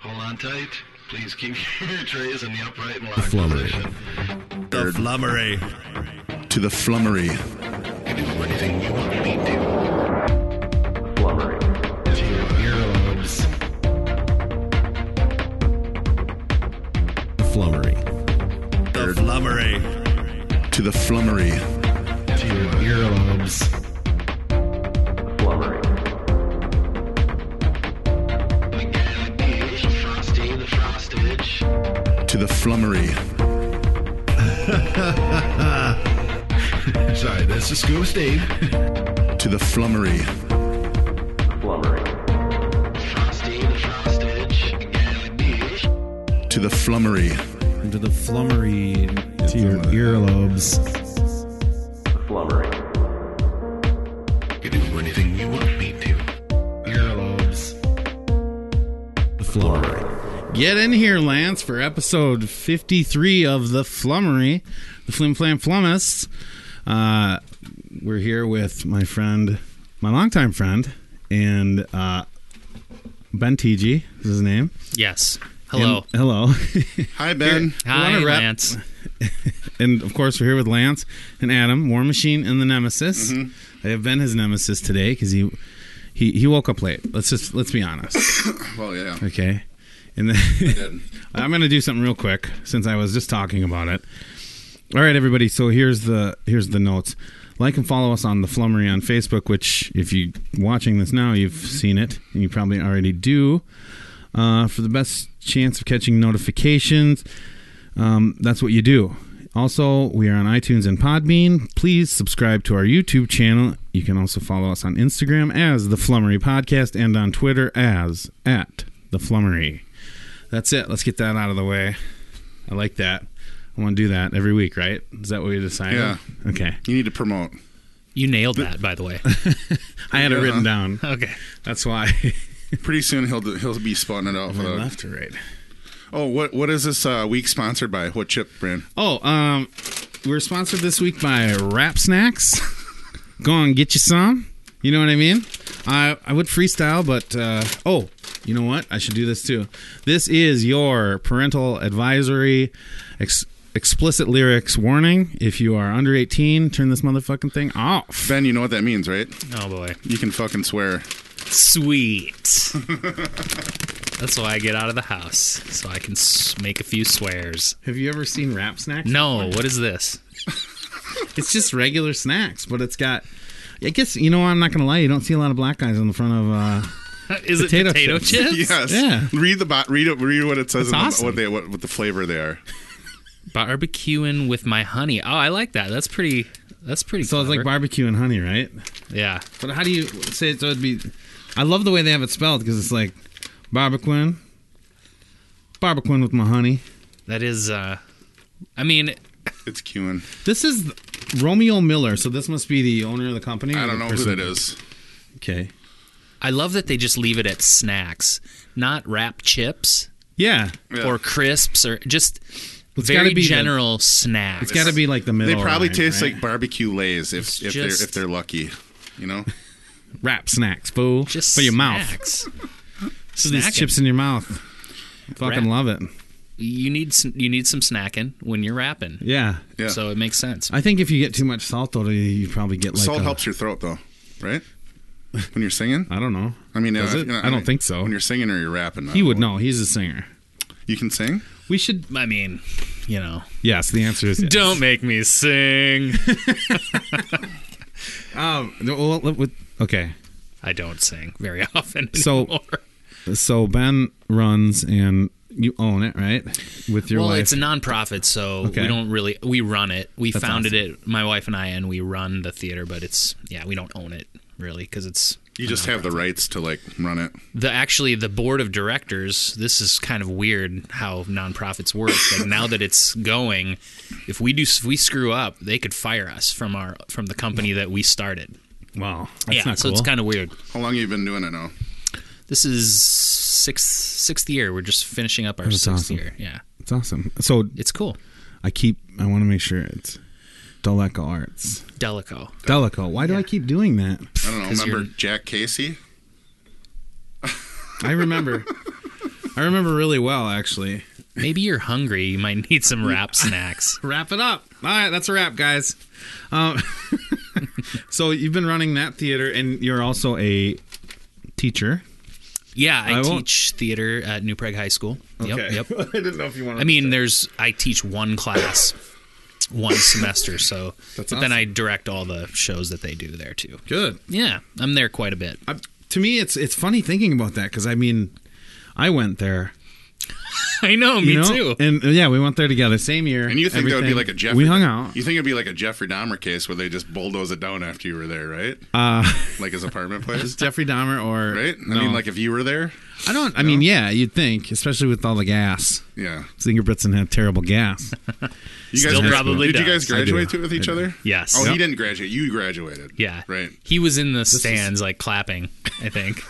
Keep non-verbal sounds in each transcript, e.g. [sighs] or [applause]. Contite. Please keep [laughs] your trays in the upright and The locked flummery. position. The flummery. To the flummery. You can do anything you want me to. flummery, To your earlobes. The flummery. The flummery. To the flummery. To your earlobes. flummery, Again, pH, frosty, the frostage. To the flummery. Sorry, that's the scoop, Steve. To the flummery. flummery, Frosty, the frostage. Again, pH. To the flummery. Into the flummery, to your earlobes. flummery, You can do anything you want me to. Earlobes. The flummery. Get in here, Lance, for episode 53 of The Flummery, the Flim Flam Flummus. Uh, we're here with my friend, my longtime friend, and uh, Ben TG is his name. Yes. Hello. And- hello. [laughs] Hi, Ben. Hi, wanna wrap- Lance. and of course, we're here with Lance and Adam, War Machine and the Nemesis. Mm-hmm. I have been his nemesis today because he, he he woke up late. Let's just let's be honest, [coughs] Well, yeah. okay? And [laughs] then I'm gonna do something real quick since I was just talking about it. All right, everybody. So here's the here's the notes. Like and follow us on the Flummery on Facebook, which if you're watching this now, you've seen it and you probably already do. Uh, for the best chance of catching notifications, um, that's what you do. Also, we are on iTunes and Podbean. Please subscribe to our YouTube channel. You can also follow us on Instagram as the Flummery Podcast and on Twitter as at the Flummery. That's it. Let's get that out of the way. I like that. I want to do that every week, right? Is that what we decided? Yeah. Okay. You need to promote. You nailed that, by [laughs] the way. I had it written down. Okay. That's why. Pretty soon he'll he'll be spawning out. From For [laughs] left to right. oh, what what is this uh, week sponsored by? What chip brand? Oh, um, we're sponsored this week by Wrap Snacks. [laughs] Go on, get you some. You know what I mean? I I would freestyle, but uh, oh, you know what? I should do this too. This is your parental advisory, ex- explicit lyrics warning. If you are under eighteen, turn this motherfucking thing off. Ben, you know what that means, right? Oh boy. You can fucking swear. Sweet. That's why I get out of the house so I can s- make a few swears. Have you ever seen Wrap Snacks? No, what [laughs] is this? It's just regular snacks, but it's got. I guess you know. I'm not gonna lie. You don't see a lot of black guys on the front of. Uh, Is Potato it potato chips. chips? Yes. Yeah. Read the bo- read it, read what it says. That's in the- awesome. What they what, what the flavor they are. Barbecuing with my honey. Oh, I like that. That's pretty. That's pretty. so it's like clever. barbecue and honey, right? yeah. But how do you say it? So it'd be. I love the way they have it spelled because it's like barbecuing, barbecuing with my honey. That is. uh I mean, It's cumin. This is Romeo Miller, so this must be the owner of the company. or I don't the know who person- that is. Okay. I love that they just leave it at snacks, not wrap chips Yeah, Yeah. or crisps or just It's gotta very be the- general snacks. it's got to be like the They middle. probably line, taste right? like barbecue lays if, if just- they're if they're lucky. You [laughs] know. wrap snacks, boo. just for your mouth. snacks. [laughs] Put these Snacking. chips in your mouth. Fucking love Wrap. it. You need some, you need some snacking when you're rapping. Yeah. Yeah. So it makes sense. I think if you get too much salt, though, you probably get like uh, Salt a- helps your throat though, right? When you're singing. I don't know. I mean, Does uh, it? you know, I don't think so. When you're singing or you're rapping, I He don't would know. know. He's a singer. You can sing. We should. I mean, you know, Yes, the [laughs] answer is yes. don't make [laughs] me sing. Um, well, let- with- okay. I don't sing very [laughs] often. So- anymore. So Ben runs and you own it, right? With your well, wife. it's a nonprofit, so Okay. we don't really we run it. We That's founded it, my wife and I, and we run the theater. But it's yeah, we don't own it really because it's You just have the rights to like run it. the actually the board of directors this is kind of weird how nonprofits work like now that it's going if we do if we screw up they could fire us from our from the company that we started wow. That's yeah not so cool. it's kind of weird How long have you been doing it now? this is sixth sixth year we're just finishing up our That's sixth awesome. year yeah it's awesome. So it's cool I keep. I want to make sure it's Delico Arts. delico Delico. Why do I keep doing that? I don't know. 'Cause Remember you're- Jack Casey? I remember. I remember really well, actually. Maybe you're hungry. You might need [laughs] some wrap snacks. Wrap it up. All right, that's a wrap, guys. Um, [laughs] so you've been running that theater, and you're also a teacher. Yeah, I, I won't- teach theater at New Prague High School. Yep, yep. [laughs] I didn't know if you wanted. I mean, there's I teach one class one semester, [laughs] so but then I direct all the shows that they do there too. good. Yeah, I'm there quite a bit. I, to me, it's it's funny thinking about that because I mean, I went there. [laughs] I know, me you know? too. And uh, yeah, we went there together, same year. And you think that would be everything. like a Jeffrey? We hung out. You think it'd be like a Jeffrey Dahmer case where they just bulldoze it down after you were there, right? Uh, [laughs] like his apartment [laughs] place, Jeffrey Dahmer or right? I No. mean, like if you were there, I don't. I mean, yeah, you'd think, especially with all the gas. yeah. Zinger Britson had terrible gas. You Still guys probably Did you does. guys graduate I do. with I each do. other? Yes. Oh, Yep. he didn't graduate. You graduated. Yeah, Right. He was in the stands, like clapping. [laughs] I think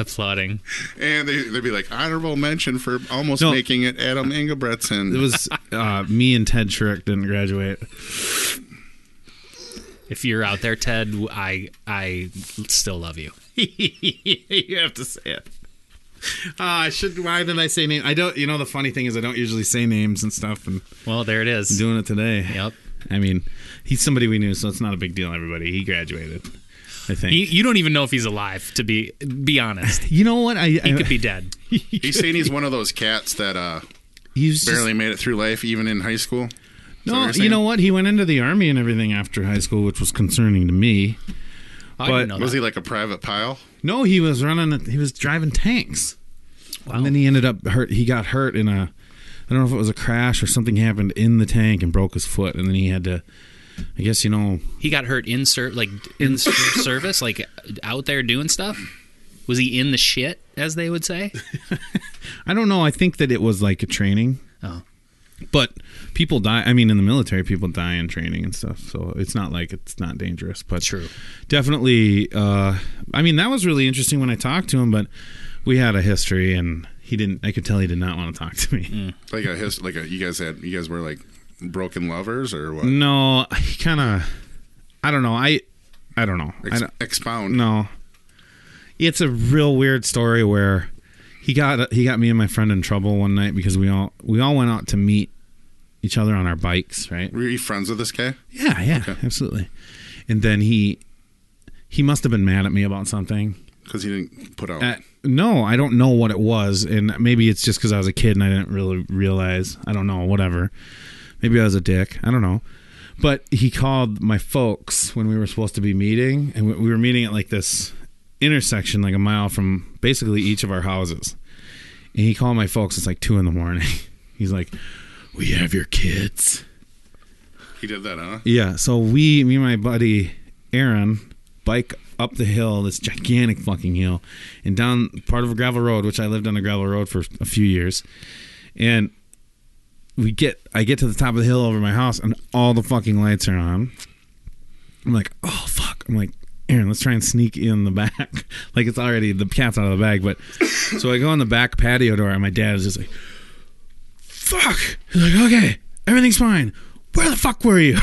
applauding. And they, they'd be like honorable mention for almost No. making it Adam Ingebretson. [laughs] It was uh, me and Ted Sherrick didn't graduate. If you're out there, Ted, I I still love you. you have to say it. Ah, I should. Why did I say name? I don't. You know, the funny thing is, I don't usually say names and stuff. And Well, there it is. doing it today. Yep. I mean, he's somebody we knew, so it's not a big deal. Everybody, he graduated. I think. You, you don't even know if he's alive. To be be honest, you know what? I, he could be dead. he's saying he's one of those cats that uh, He's just- barely made it through life, even in high school. what no, you're you know saying? what? He went into the army and everything after high school, which was concerning to me. I But- didn't know Was that. he like a private pile? No, he was running. He was driving tanks. And then he ended up hurt. He got hurt in a. I don't know if it was a crash or something happened in the tank and broke his foot, and then he had to. I guess you know. He got hurt in ser- like [laughs] in ser- service, like out there doing stuff. Was he in the shit, as they [laughs] would say? I don't know. I think that it was like a training, Oh, but people die. I mean, in the military, people die in training and stuff, so it's not like it's not dangerous. But True. definitely. Uh, I mean, that was really interesting when I talked to him, but we had a history, and he didn't. I could tell he did not want to talk to me. Like a his, like a you guys had you guys were like broken lovers or what? No, he kind of. I don't know. I. I don't know. I Ex- don't, expound. no. It's a real weird story where he got he got me and my friend in trouble one night because we all we all went out to meet each other on our bikes, right? Were you friends with this guy? Yeah, yeah, absolutely. And then he he must have been mad at me about something. Because he didn't put out. Uh, no, I don't know what it was, and maybe it's just because I was a kid and I didn't really realize. I don't know, whatever. Maybe I was a dick. I don't know. But he called my folks when we were supposed to be meeting, and we- we were meeting at like this intersection, like a mile from basically each of our houses. And he called my folks. It's like two in the morning. [laughs] He's like, "We have your kids." he did that, huh? Yeah, so we, me and my buddy Aaron, bike up the hill, this gigantic fucking hill, and down part of a gravel road, which I lived on a gravel road for a few years. And we get, I get to the top of the hill over my house, and all the fucking lights are on. I'm like, oh fuck! I'm like, Aaron, let's try and sneak in the back. [laughs] like it's already the cat's out of the bag, but [coughs] so I go on the back patio door, and my dad is just like, fuck. He's like, okay, everything's fine. Where the fuck were you?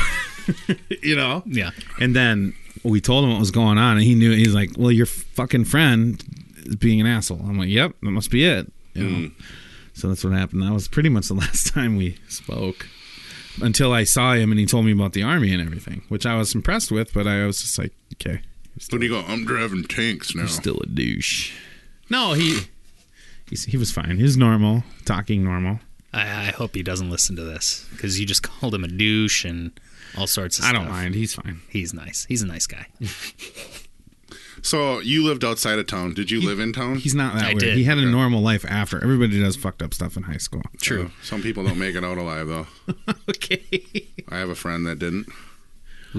[laughs] you know? yeah. And then we told him what was going on, and he knew. He's like, "Well, your fucking friend is being an asshole." I'm like, "Yep, that must be it." You know? So that's what happened. That was pretty much the [laughs] last time we spoke until I saw him and he told me about the army and everything, which I was impressed with. But I was just like, "Okay, When you go, I'm driving tanks now. you're still a douche." No, he he's, he was fine. He was normal, talking normal. I, I hope he doesn't listen to this because you just called him a douche and all sorts of I stuff. don't mind. He's fine. He's nice. He's a nice guy. So you lived outside of town. Did you live in town? He's not that I weird. did. He had a normal life after. Everybody does fucked up stuff in high school. True. Oh, [laughs] Some people don't make it out alive though. okay. I have a friend that didn't.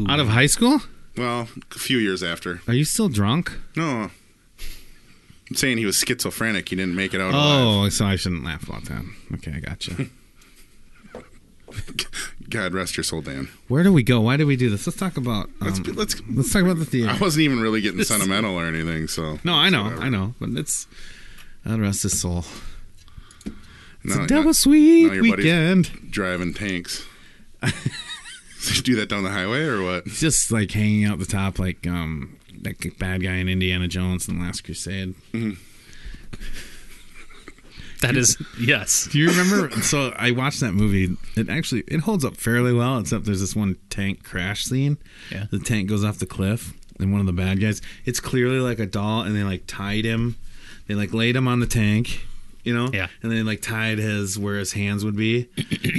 Out of high school? Well, a few years after. Are you still drunk? No. I'm saying he was schizophrenic. He didn't make it out alive. Oh, so I shouldn't laugh about that. Okay, I gotcha. [laughs] [laughs] God rest your soul, Dan. Where do we go? Why do we do this? Let's talk about. Um, Let's let's, be, let's. talk about the I [laughs] theater. wasn't even really [laughs] getting sentimental or anything. So No, I know, Whatever. I know, but it's. God rest his soul. It's No, a yeah. double sweet no, your buddy's- weekend. driving [laughs] tanks. [laughs] so you do that down the highway or what? It's Just like hanging out the top, like um, that bad guy in Indiana Jones and the Last Crusade. That is yes. [laughs] Do you remember? so I watched that movie. It actually it holds up fairly well, except there's this one tank crash scene. Yeah. The tank goes off the cliff, and one of the bad guys. It's clearly like a doll, and they like tied him. They like laid him on the tank, you know. Yeah. And they like tied his where his hands would be,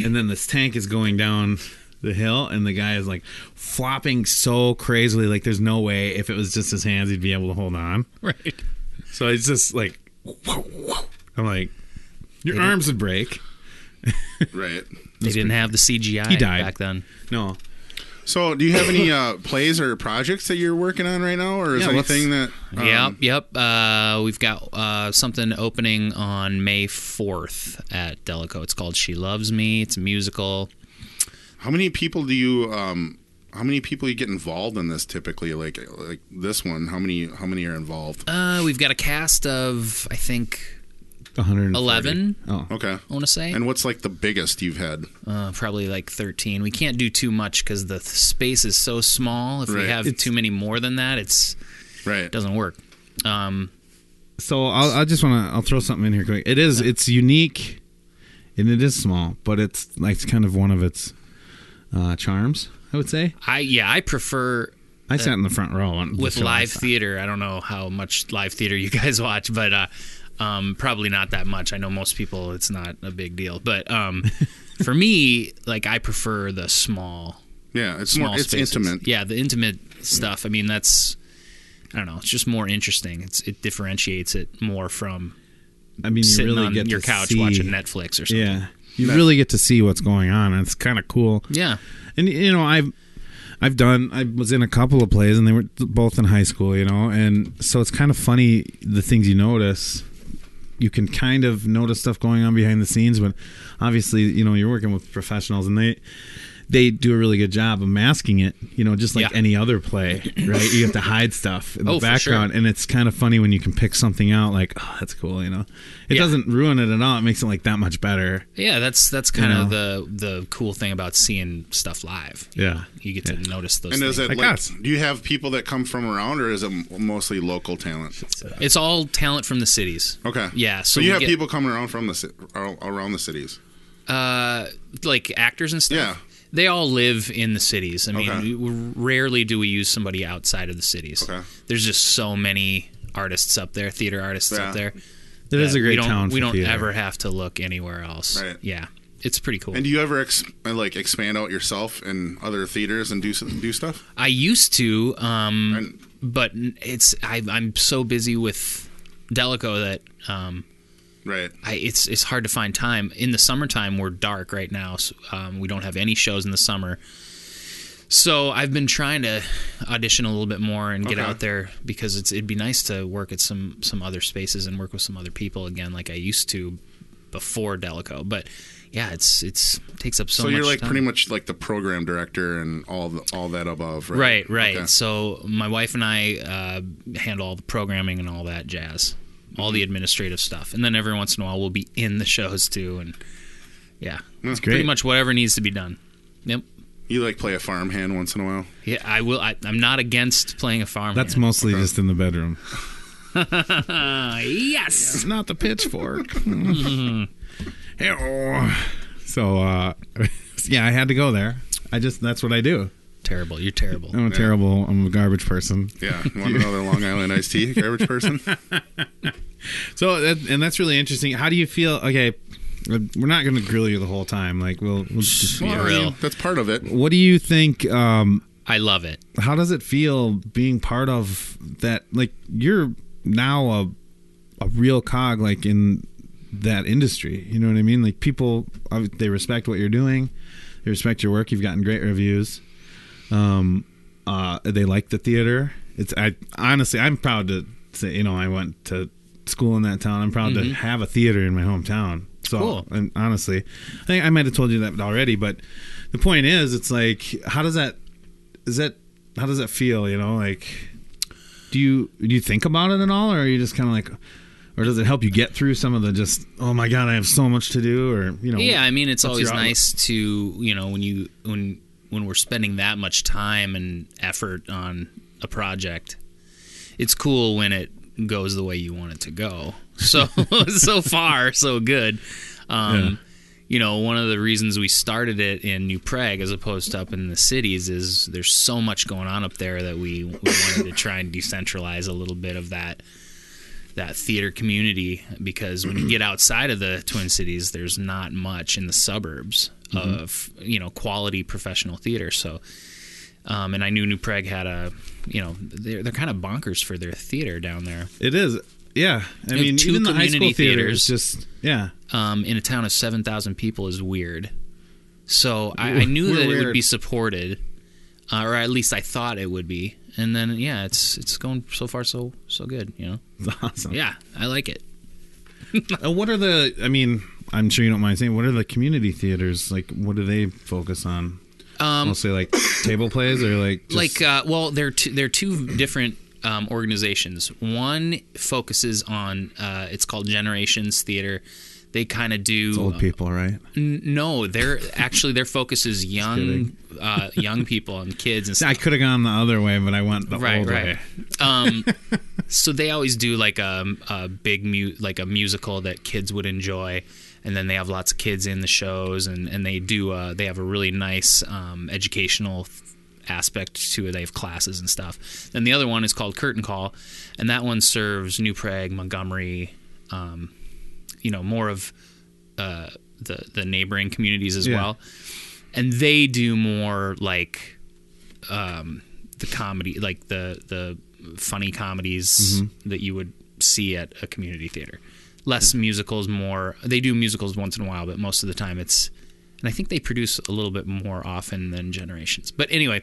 and then this tank is going down the hill, and the guy is like flopping so crazily, like there's no way if it was just his hands he'd be able to hold on. Right. So it's just like, I'm like, your arms would break. Right. They didn't have the CGI He died. back then. No, So, do you have any [laughs] uh, plays or projects that you're working on right now, or is Yeah, let's- anything that? um, yep, yep. Uh, we've got uh, something opening on May 4th at Delico. It's called She Loves Me. It's a musical. How many people do you? Um, how many people you get involved in this typically? Like like this one, how many how many are involved? Uh, we've got a cast of, I think, 140. 11, Oh, Okay. I want to say. And what's like the biggest you've had? uh, probably like 13. We can't do too much because the th- space is so small. If we Right. have It's- too many more than that, it's Right. doesn't work. Um, so I'll, I just want to. I'll throw something in here quick. It is. It's unique, and it is small, but it's like it's kind of one of its uh, charms. I would say. I yeah, I prefer I sat in the front row on the Uh, with show I live saw. theater. I don't know how much live theater you [laughs] guys watch, but uh, um, probably not that much. I know most people it's not a big deal, but um, for me, like I prefer the small, Yeah. It's small more. It's spaces. intimate. Yeah, the intimate stuff. I mean, that's I don't know. It's just more interesting. It's it differentiates it more from I mean, you sitting really on get your to couch see- watching Netflix or something. Yeah, you really get to see what's going on. and It's kind of cool. Yeah. and you know i've i've done i was in a couple of plays and they were both in high school you know and so it's kind of funny the things you notice you can kind of notice stuff going on behind the scenes but obviously you know you're working with professionals and they they do a really good job of masking it you know just like Yeah. any other play right you have to hide stuff in the Oh, for sure. background and it's kind of funny when you can pick something out like oh that's cool you know it Yeah. doesn't ruin it at all it makes it like that much better Yeah, that's that's kind You know. of the the cool thing about seeing stuff live. yeah You get to notice those And things. is it Like like, us. do you have people that come from around, or is it m- mostly local talent? It's all talent from the cities. Okay. Yeah, So, so we you have get- people coming around from the ci- ar- around the cities. Uh, like actors and stuff. Yeah. They all live in the cities. I mean, Okay. we- rarely do we use somebody outside of the cities. Okay. There's just so many artists up there, theater artists Yeah. up there. It is that a great we don't, town We for don't theater. ever have to look anywhere else. Right. Yeah, it's pretty cool. And do you ever ex- like expand out yourself in other theaters and do s- do stuff? I used to, um, And- but it's I, I'm so busy with Delico that um, Right. I, it's it's hard to find time in the summertime. We're dark right now. So, um, we don't have any shows in the summer. So I've been trying to audition a little bit more and get Okay. out there because it's it'd be nice to work at some some other spaces and work with some other people again, like I used to before Delico. But yeah, it's it's takes up So, so. much you're like time. pretty much like the program director and all the, all that above. Right. Right, right. Okay. So my wife and I uh, handle all the programming and all that jazz, all the administrative stuff, and then every once in a while we'll be in the shows too, and yeah, it's great. pretty much whatever needs to be done. Yep. You like play a farmhand once in a while. Yeah, I will. I, I'm not against playing a farm. that's mostly just in the bedroom [laughs] yes. It's not the pitchfork. Ew. so uh [laughs] yeah, I had to go there. I just that's what I do. Terrible. You're terrible. I'm a terrible I'm a garbage person. [laughs] Yeah. Want another Long Island iced tea? Garbage person. So that, and that's really interesting. How do you feel okay, uh, we're not going to grill you the whole time. Like we'll, we'll just Well, I Real. mean, that's part of it. What do you think um I love it. how does it feel being part of that like you're now a a real cog like in that industry you know what i mean like people ob- they respect what you're doing they respect your work you've gotten great reviews um uh they like the theater it's i honestly i'm proud to say you know i went to school in that town i'm proud to have a theater in my hometown so Cool. and honestly i think i might have told you that already but the point is it's like how does that is that how does that feel you know like do you do you think about it at all or are you just kind of like or does it help you get through some of the just oh my god i have so much to do or you know Yeah, I mean it's what's always your outlook? nice to you know when you when when we're spending that much time and effort on a project. It's cool when it goes the way you want it to go. [laughs] So so far so good. Um, You know, one of the reasons we started it in New Prague as opposed to up in the cities is there's so much going on up there that we, we wanted to try and decentralize a little bit of that that theater community because when you get outside of the Twin Cities, there's not much in the suburbs Mm-hmm. of you know quality professional theater. So, um, and I knew New Prague had a you know they're they're kind of bonkers for their theater down there. It is. Yeah. I have mean, two even the high school community theater is theaters. just yeah. Um, in a town of seven thousand people is weird. So I, I knew We're that it would be weird. supported, uh, or at least I thought it would be. And then yeah, it's it's going so far so so good. You know, It's awesome. yeah, I like it. Uh, what are the? I mean, I'm sure you don't mind saying. What are the community theaters like? What do they focus on? Um, Mostly like [coughs] table plays or like just, like uh, well they're two, they're two different um, organizations one focuses on uh, it's called generations theater they kind of do old people, right? N- no they're actually their focus is young uh, young people and kids and stuff I could have gone the other way, but I went the right old right way. um, [laughs] so they always do like a, a big mu- like a musical that kids would enjoy and then they have lots of kids in the shows and, and they do uh, they have a really nice um, educational aspect to it they have classes and stuff then the other one is called curtain call and that one serves new prague montgomery um, you know more of uh, the the neighboring communities as Yeah. well and they do more like um, the comedy, like the the funny comedies that you would see at a community theater. Less musicals, more. They do musicals once in a while, but most of the time it's. And I think they produce a little bit more often than Generations. But anyway,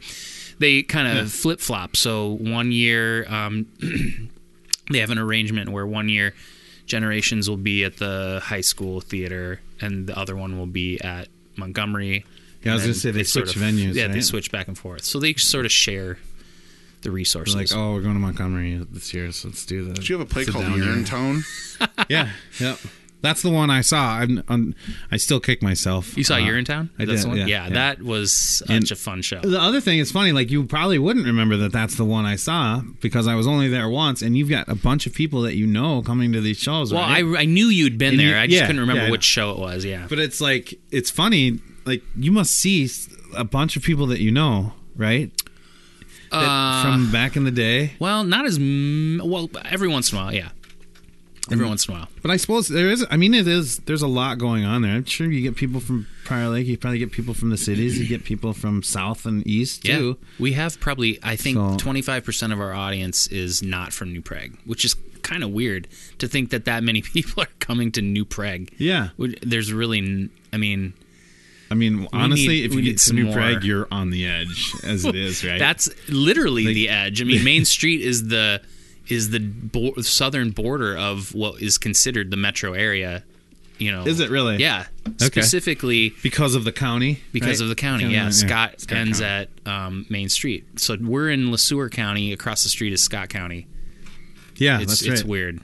they kind of flip flop. So one year, um, [clears throat] they have an arrangement where one year generations will be at the high school theater and the other one will be at montgomery Yeah, I was And gonna say they sort switch of- venues, yeah they right? switch back and forth so they sort of share the resources Like, oh, we're going to Montgomery this year, so let's do that. Did you have a play called Urinetown? Yeah, yep. That's the one I saw. I'm, I'm, I still kick myself. you saw Uh, Urinetown? I did, That's the one? yeah, yeah. that was such And- a fun show. The other thing is funny. Like you probably wouldn't remember that that's the one I saw because I was only there once, and you've got a bunch of people that you know coming to these shows. Well, right? I, I knew you'd been And you- there. I just yeah, couldn't remember yeah, I which know. show it was. Yeah. But it's like it's funny. Like you must see s- a bunch of people that you know, right? That- Uh, from back in the day. Well, not as m- well every once in a while. Yeah. Mm. Every once in a while. But I suppose there is. I mean, it is. There's a lot going on there. I'm sure you get people from Prior Lake. You probably get people from the cities. You get people from south and east too. Yeah. We have probably, I So- think, twenty five percent of our audience is not from New Prague, which is kind of weird to think that that many [laughs] people are coming to New Prague. Yeah. Which- There's really, n- I mean, I mean, honestly, need- if we you need get to some New more. Prague, you're on the edge as it is, right? [laughs] that's literally the edge. [laughs] I mean, Main Street is the is the bo- southern border of what is considered the metro area. You know, Is it really? Yeah, specifically. because of the county. because right? of the county. yeah, yeah. Scott, Scott ends County. at um, Main Street. So we're in LeSueur County. Across the street is Scott County. Ah, Yeah, It's that's right. it's weird.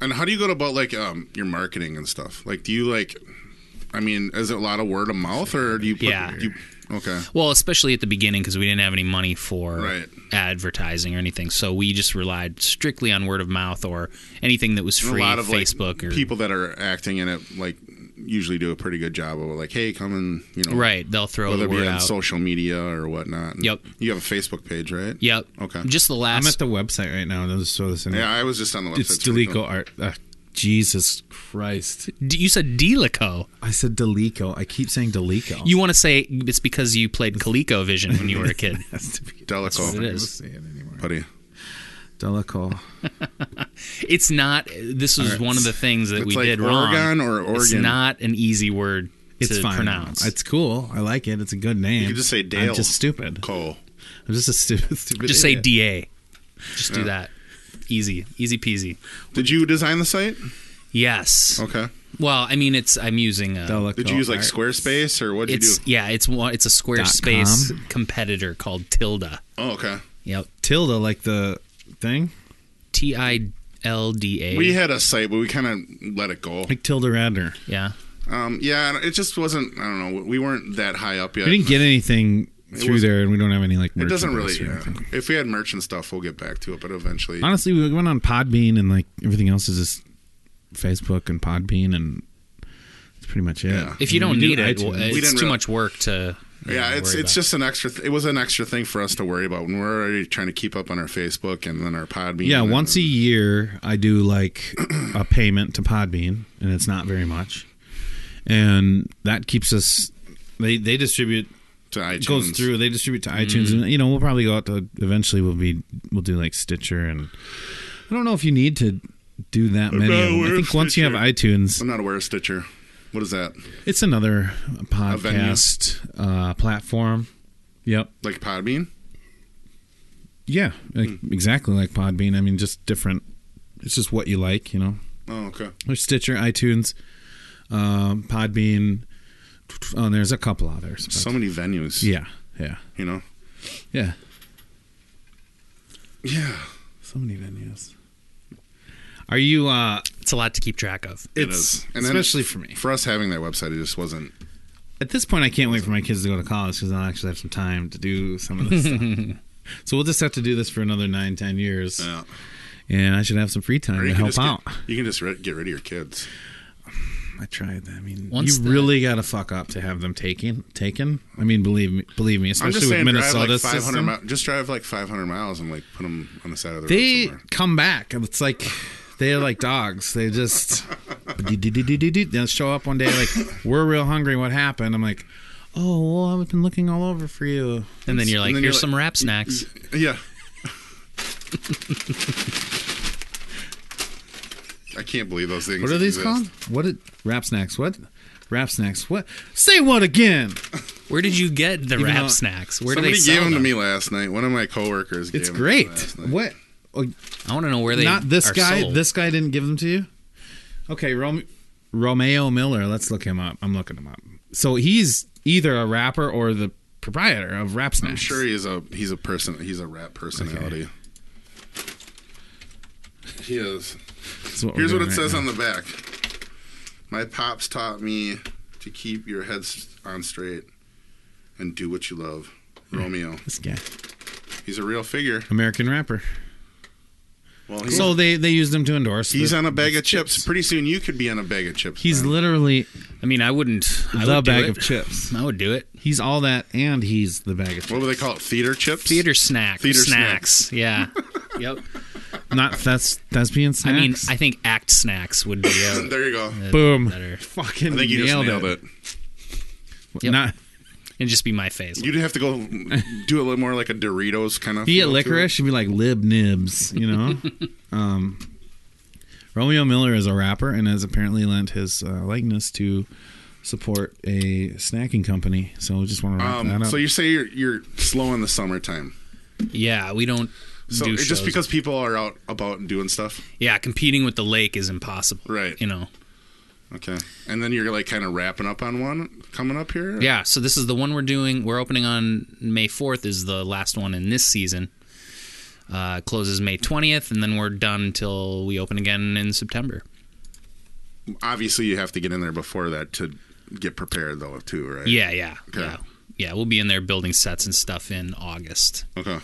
And how do you go about like um your marketing and stuff? Like, do you like? I mean, is it a lot of word of mouth, or do you? Put, Yeah. do you- okay. Well, especially at the beginning because we didn't have any money for Right. advertising or anything, so we just relied strictly on word of mouth or anything that was And free, a lot of Facebook like or people that are acting in it, like usually do a pretty good job of like, hey, come and you know, right. They'll throw Whether it the be word on out. social media or whatnot. And Yep. You have a Facebook page, right? Yep. Okay. Just the I'm at last. the website right now. and I'll just throw this in. Yeah, I was just on the website. it's pretty Delico cool. Art. Uh, Jesus Christ! D you said Delico. I said Delico. I keep saying Delico. [laughs] You want to say it's because you played Coleco Vision when you were a [laughs] kid. has to be That's Delico, what it is. say it anymore. buddy. Delico. It's not. This was one of the things that It's we like did Oregon wrong. or It's Oregon? not an easy word It's to fine. pronounce. It's cool. I like it. It's a good name. You could just say Dale. I'm just stupid. Cole. I'm just a stupid. [laughs] stupid Just say idiot. DA. Just do that. Easy, easy peasy. Did you design the site? Yes. Okay. Well, I mean, it's I'm using a. Delico Did you use like Art. Squarespace or what did you It's do? yeah, it's one. It's a Squarespace competitor called Tilda. Oh, okay. Yep. tilde like the thing T I L D A. We had a site, but we kind of let it go. like Tilda Radner? yeah. Um, yeah, and it just wasn't. I don't know. We weren't that high up yet. We didn't get anything through was- there, and we don't have any like. It merch doesn't with really. us or Yeah. anything. If we had merch and stuff, we'll get back to it. But eventually, Honestly, we went on Podbean, and like everything else is just Facebook and Podbean, and that's pretty much it. Yeah. If I mean, you don't we need do it, iTunes. well, uh, We it's didn't too really- much work to. you yeah, know, it's worry it's about. just an extra. Th- it was an extra thing for us to worry about, and we're already trying to keep up on our Facebook and then our Podbean. Yeah, and- once a year I do like [clears throat] a payment to Podbean, and it's not very much, and that keeps us. They they distribute to iTunes. Mm-hmm. goes through. They distribute to iTunes, and you know we'll probably go out to. Eventually, we'll be we'll do like Stitcher, and I don't know if you need to do that many. of them. I we're think once you have iTunes, I'm not aware of Stitcher. What is that? it's another venue. podcast uh, platform. Yep. Like Podbean? Yeah. Like, Hmm. Exactly like Podbean. I mean, just different. It's just what you like, you know. Oh, okay. There's Stitcher, iTunes, um, Podbean. Oh, and there's a couple others. but- So many venues. yeah, yeah, You know. yeah. Yeah. So many venues. Are you? uh it's a lot to keep track of. It It's is. And then especially for me. For us having that website, it just wasn't. At this point, I can't wait for my kids to go to college because I'll actually have some time to do some of this stuff. [laughs] So we'll just have to do this for another nine, ten years, Yeah. and I should have some free time to help just out. Get, you can just ri get rid of your kids. I tried. that. I mean, Once you the- really got to fuck up to have them taken. Taken. I mean, believe me, believe me, I'm especially just with saying, Minnesota drive like 500 system. mi- just drive like 500 miles and like put them on the side of the road they somewhere. come back. and It's like they're like dogs. [laughs] They just they'll show up one day like we're real hungry. What happened? I'm like, oh, well, I've been looking all over for you. And then you're like, And then you're like- here's "Mm, some wrap snacks. Yeah. [laughs] I can't believe those things. What are these exist. called? What did rap snacks? What rap snacks? What? Say what again? Where did you get the wrap though- snacks? Where do Somebody they sell gave them them? to me last night. One of my coworkers. Gave It's them to me great. last night. What? Oh, I want to know where they Not this are guy. sold. This guy didn't give them to you. Okay, Rome- Romeo Miller. Let's look him up. I'm looking him up. So he's either a rapper or the proprietor of Rap Snacks. I'm sure he's a he's a person. He's a rap personality. He is. That's what we're Here's what it doing right says now. on the back. My pops taught me to keep your head s- on straight and do what you love. Romeo. this guy, He's a real figure. American rapper. Well, he's, So they they used him to endorse. he's the- on a bag of chips. Pretty soon you could be on a bag of chips. He's man. literally I mean, I wouldn't. I the would do bag it. of chips. I would do it. He's all that, and he's the bag of chips. what would they call it? Theater chips? Theater snack. Theater snacks. Yeah. yep. Not that's thespian I snacks. mean, I think act snacks would be [laughs] uh, There you go. boom, better. fucking I think you nailed, just nailed it. Yep. Not It'd just be my face. You'd have to go do a little more like a Doritos kind of. be it feel to licorice, should be like lib nibs. You [laughs] know, um, Romeo Miller is a rapper and has apparently lent his uh, likeness to support a snacking company. So we just want to wrap Um, that up. so you say you're, you're slow in the summertime. yeah, we don't So do it's shows. just because people are out about and doing stuff. yeah, competing with the lake is impossible. Right. You know. Okay. And then you're like kind of wrapping up on one coming up here. Yeah, so this is the one we're doing. We're opening on May 4th is the last one in this season. Uh, it closes May 20th, and then we're done until we open again in September. Obviously, you have to get in there before that to get prepared, though, too, right? Yeah, yeah, Okay. yeah. Yeah, we'll be in there building sets and stuff in August. Okay.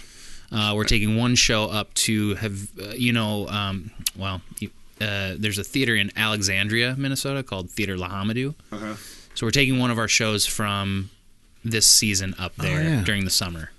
Uh, we're taking one show up to have, uh, you know, um, well, you- uh, there's a theater in Alexandria, Minnesota called Theater La Hamadou. Uh-huh. So we're taking one of our shows from this season up there yeah. during the summer.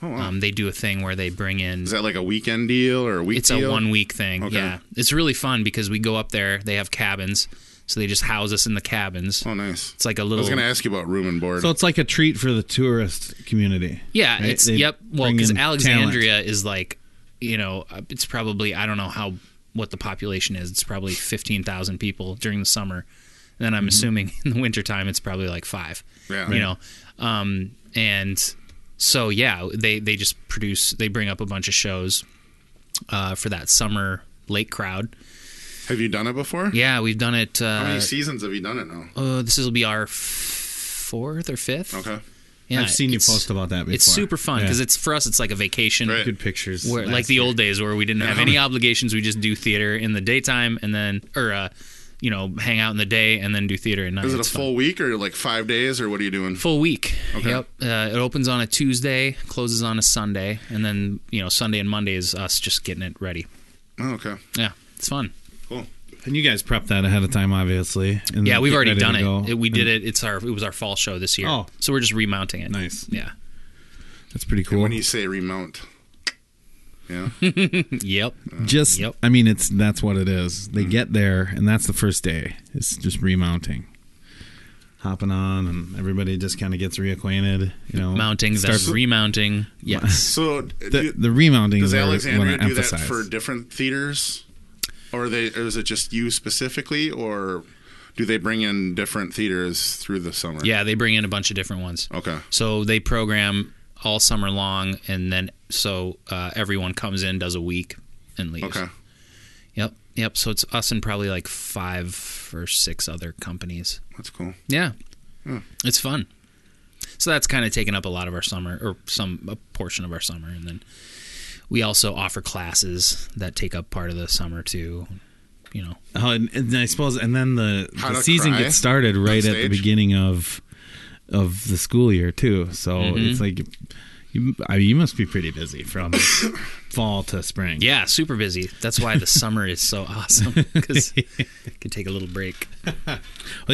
Oh, wow. Um, they do a thing where they bring in Is that like a weekend deal or a week it's deal? a one week thing. Okay. Yeah. It's really fun because we go up there, they have cabins, so they just house us in the cabins. Oh, nice. It's like a I little was going to ask you about room and board. so it's like a treat for the tourist community. Yeah, right? it's They yep. Well, bring cuz in Alexandria is like, you know, uh, it's probably I don't know how what the population is. It's probably 15,000 people during the summer. And Mm-hmm. then I'm assuming [laughs] in the wintertime it's probably like 5. Yeah. You know. Um and so yeah, they they just produce they bring up a bunch of shows uh, for that summer lake crowd. have you done it before? Yeah, we've done it uh, How many seasons have you done it now? Uh, this will be our f- fourth or fifth. Okay. Yeah, I've seen you it's- post about that before. It's super fun because it's for us. It's like a vacation, Right. good pictures. where, last like the year. old days where we didn't have any obligations. We just do theater in the daytime, and then or uh, you know, hang out in the day and then do theater at night. Is it a It's fun. full week or like five days or what are you doing? full week? Yep. Uh, it opens on a Tuesday, closes on a Sunday, and then you know Sunday and Monday is us just getting it ready. Oh, okay. Yeah, it's fun. Mm-hmm. Cool. And you guys prepped that ahead of time, obviously. and Yeah, then we've get already ready to done go. it. it. We And did it. It's our it was our fall show this year. Oh. so we're just remounting it. Nice. Yeah. That's pretty And cool. when you say remount, [laughs] yeah, Yep. just, Yep. I mean, it's that's what it is. They get there, and that's the first day. It's just remounting, hopping on, and everybody just kind of gets reacquainted. You know, Mounting, starts [laughs] then remounting. Yes. so do- the, the remounting. does is where- Alexandria when I do that emphasize. for different theaters, or are they? Or is it just you specifically, or do they bring in different theaters through the summer? Yeah, they bring in a bunch of different ones. Okay. So they program all summer long, and then so uh, everyone comes in, does a week, and leaves. Okay. Yep. Yep. So it's us and probably like five or six other companies. That's cool. Yeah. It's fun. So that's kind of taken up a lot of our summer, or some a portion of our summer, and then we also offer classes that take up part of the summer too. You know, Oh, and, and I suppose, and then the, How the to season cry gets started right at the stage. beginning of of the school year too. So Mm-hmm. it's like you, I mean, you must be pretty [coughs] busy from fall to spring. yeah, super busy. That's why the summer is so [laughs] awesome because can take a little break. Well,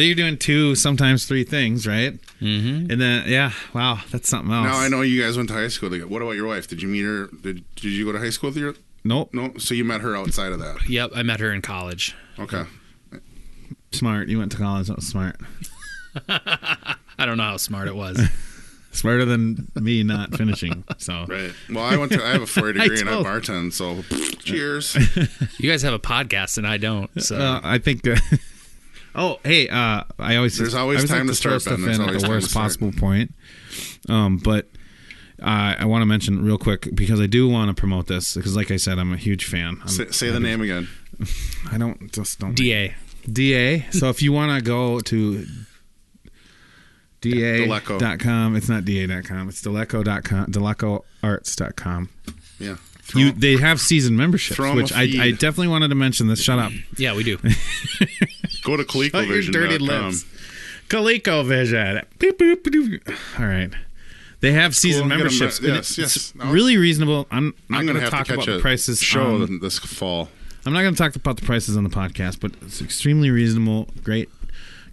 you're doing two, sometimes three things, right? Mm-hmm. And then, yeah, wow, that's something else. Now I know you guys went to high school together. What about your wife? Did you meet her? Did Did you go to high school with your? Nope, No. So you met her outside of that. Yep, I met her in college. Okay. smart. You went to college. That was smart. I don't know how smart [laughs] it was. Smarter than me not finishing. So [laughs] Right. Well, I went to. I have a [laughs] four year I degree and I told- bartend. So [laughs] cheers. you guys have a podcast and I don't. So Uh, I think. Uh, [laughs] oh, hey, uh, I always There's always I always time like to start, throw Ben. stuff There's in at always the time worst to start. possible point. Um, but uh, I want to mention real quick because I do want to promote this because, like I said, I'm a huge fan. I'm, say, say the name again. I don't just don't DA. da. So if you want to go to da.com, it's not da.com, it's deleco.com, delecoarts.com. Yeah. Throw- You, they have season memberships, Throw 'em a which I, I feed. definitely wanted to mention this. Shut [laughs] up. Yeah, we do. go to Cut your dirty ColecoVision.com. lips. ColecoVision. Beep, boop, boop. All right. They have season I'm gonna memberships. me- and yes, it's yes. I'll- Really reasonable. I'm not I'm going gonna to have talk to catch about the a prices. show on- this fall. I'm not going to talk about the prices on the podcast, but it's extremely reasonable. Great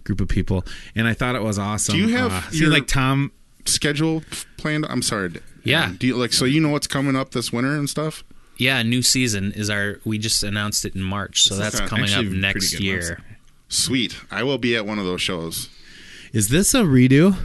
group of people, and I thought it was awesome. Do you have uh, see, your- like Tom? Schedule f- planned. I'm sorry. d- Yeah. Do you, like so you know what's coming up this winter and stuff. Yeah, new season is our. We just announced it in March, so that's is, uh, coming up actually a pretty next good year. Sweet. I will be at one of those shows. Is this a redo?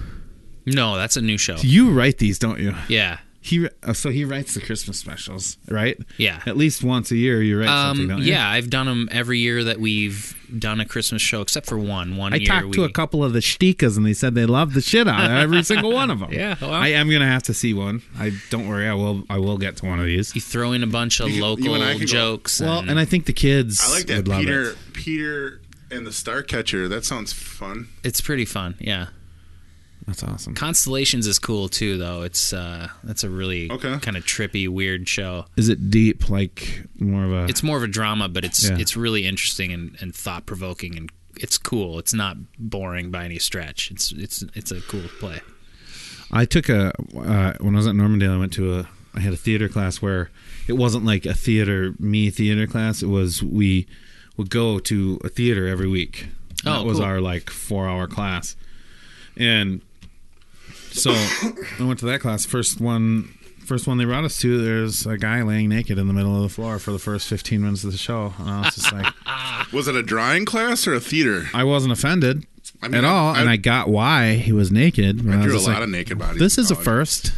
No, that's a new show. You write these, don't you? Yeah, He uh, so he writes the Christmas specials, right? Yeah. At least once a year, you write something. um, Don't you? yeah. I've done them every year that we've done a Christmas show, except for one. One I year talked we, to a couple of the shtikas, and they said they love the shit out of [laughs] every single one of them. Yeah, well. I am gonna have to see one. I don't worry, I will. I will get to one of these. You throw in a bunch of You- you local and I can go- jokes. Well, and, and I think the kids would love Peter. it. Peter and the Starcatcher. That sounds fun. it's pretty fun. Yeah, That's awesome. Constellations is cool too, though. It's uh, that's a really Okay. kind of trippy, weird show. Is it deep? Like more of a? It's more of a drama, but it's Yeah. it's really interesting and, and thought provoking, and it's cool. It's not boring by any stretch. It's it's it's a cool play. I took a uh, when I was at Normandale. I went to a I had a theater class where it wasn't like a theater me theater class. It was we would go to a theater every week. Oh, that was cool. our like four hour class, and so I went to that class. First one, first one they brought us to. There's a guy laying naked in the middle of the floor for the first 15 minutes of the show, and I was [laughs] just like, Was it a drawing class or a theater? I wasn't offended I mean, at all, I- and I got why he was naked. and I I was drew a just lot like, of naked bodies. This is a Oh, first.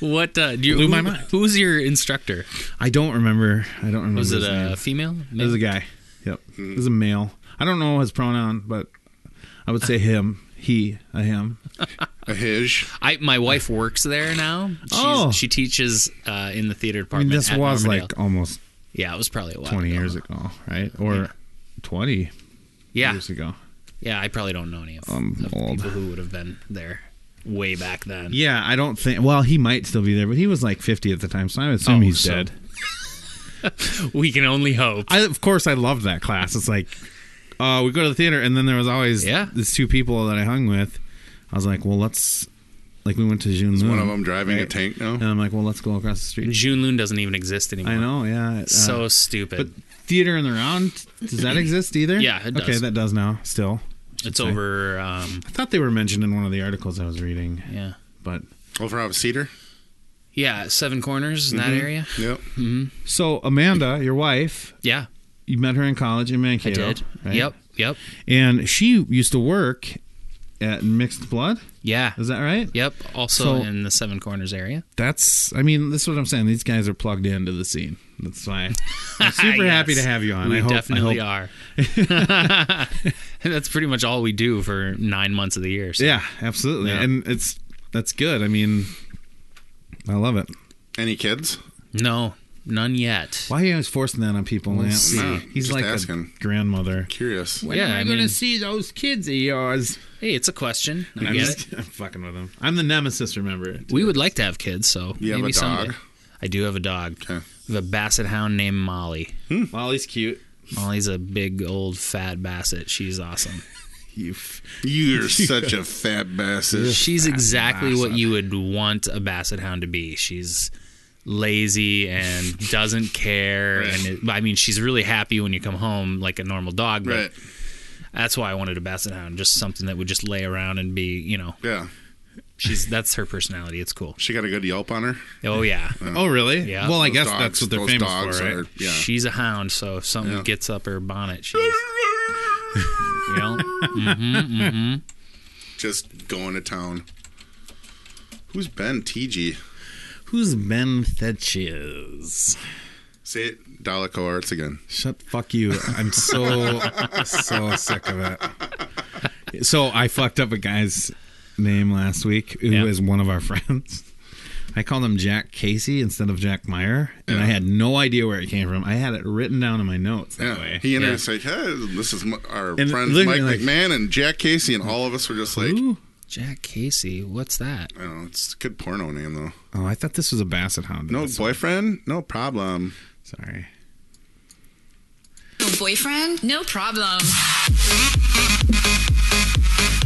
What uh, do you? Blew who, my mind. Who's your instructor? I don't remember. I don't remember. Was it his name. a female? It was a guy. Yep. It was a male. I don't know his pronoun, but I would say him, he, a him. A his. I my wife works there now. She's, Oh. she teaches uh, in the theater I mean, department. this at was Normandale. like almost yeah, it was probably a while 20 ago. years ago, right? Or 20 Yeah, years ago. yeah. I probably don't know any of, I'm of old. people who would have been there way back then. Yeah, I don't think. Well, he might still be there, but he was like 50 at the time, so I would assume Oh, he's so- dead. we can only hope. I, of course, I loved that class. It's like, uh, we go to the theater, and then there was always Yeah. these two people that I hung with. I was like, well, let's like we went to June. Is Moon, one of them driving a Mm. right? tank now? and I'm like, well, let's go across the street. June Loon doesn't even exist anymore. I know, yeah. uh, So stupid. theater in the round does that exist either? [clears throat] Yeah, it does. Okay, that does now. Still, It's say. over. Um, I thought they were mentioned in one of the articles I was reading, yeah. but Over out of Cedar? Yeah. Seven Corners in that Mm-hmm. area. Yep. so Amanda, your wife, Yeah. you met her in college in I Mankato. did. right? Yep. Yep. And she used to work at Mixed Blood. Yeah. Is that right? Yep. Also So- in the Seven Corners area. That's. I mean, this is what I'm saying. These guys are plugged into the scene. That's why [laughs] I'm super Yes. happy to have you on. We I hope, definitely I hope, are. And [laughs] that's pretty much all we do for nine months of the year. So. Yeah, absolutely. Yeah. And it's that's good. I mean, I love it. Any kids? No, none yet. Why are you always forcing that on people, Lance? see. He's Just like asking. a grandmother. Curious. When Yeah, am I, I going mean- to see those kids of yours? Hey, it's a question. I I'm, get it. just- [laughs] I'm fucking with him. I'm the nemesis. Remember? We would like to have kids, so You have maybe a dog? someday. I do have a dog. Okay. We have a basset hound named Molly. Molly's cute. Molly's a big old fat basset. She's awesome. You f- You're [laughs] such a fat bastard. She's exactly what you would want a basset hound to be. She's [laughs] lazy and doesn't care and it, I mean she's really happy when you come home like a normal dog, but Right. that's why I wanted a basset hound, just something that would just lay around and be, you know, Yeah. [laughs] she's that's her personality. It's cool. She got a good Yelp on her. Oh yeah. oh, really? Yeah. Well, I Those guess dogs- that's what they're those famous dogs for, right? Are, yeah. She's a hound, so if something Yeah. gets up her bonnet, she's [laughs] you know. Just going to town. Who's Ben TG? Who's Ben Fetches? Say it, Dalico Arts again. Shut fuck you. I'm so so sick of it. So I fucked up a guy's name last week who is Yeah. one of our [laughs] friends. I called him Jack Casey instead of Jack Meyer, and I had no idea where it came from. I had it written down in my notes that Yeah. way. He introduced like, hey, this is my, our And friends literally, Mike like- McMahon and Jack Casey, and all of us were just like, Ooh. Jack Casey, what's that? I don't know, it's a good porno name though. Oh, I thought this was a basset hound. No That's- boyfriend, no problem. sorry. No boyfriend? No problem.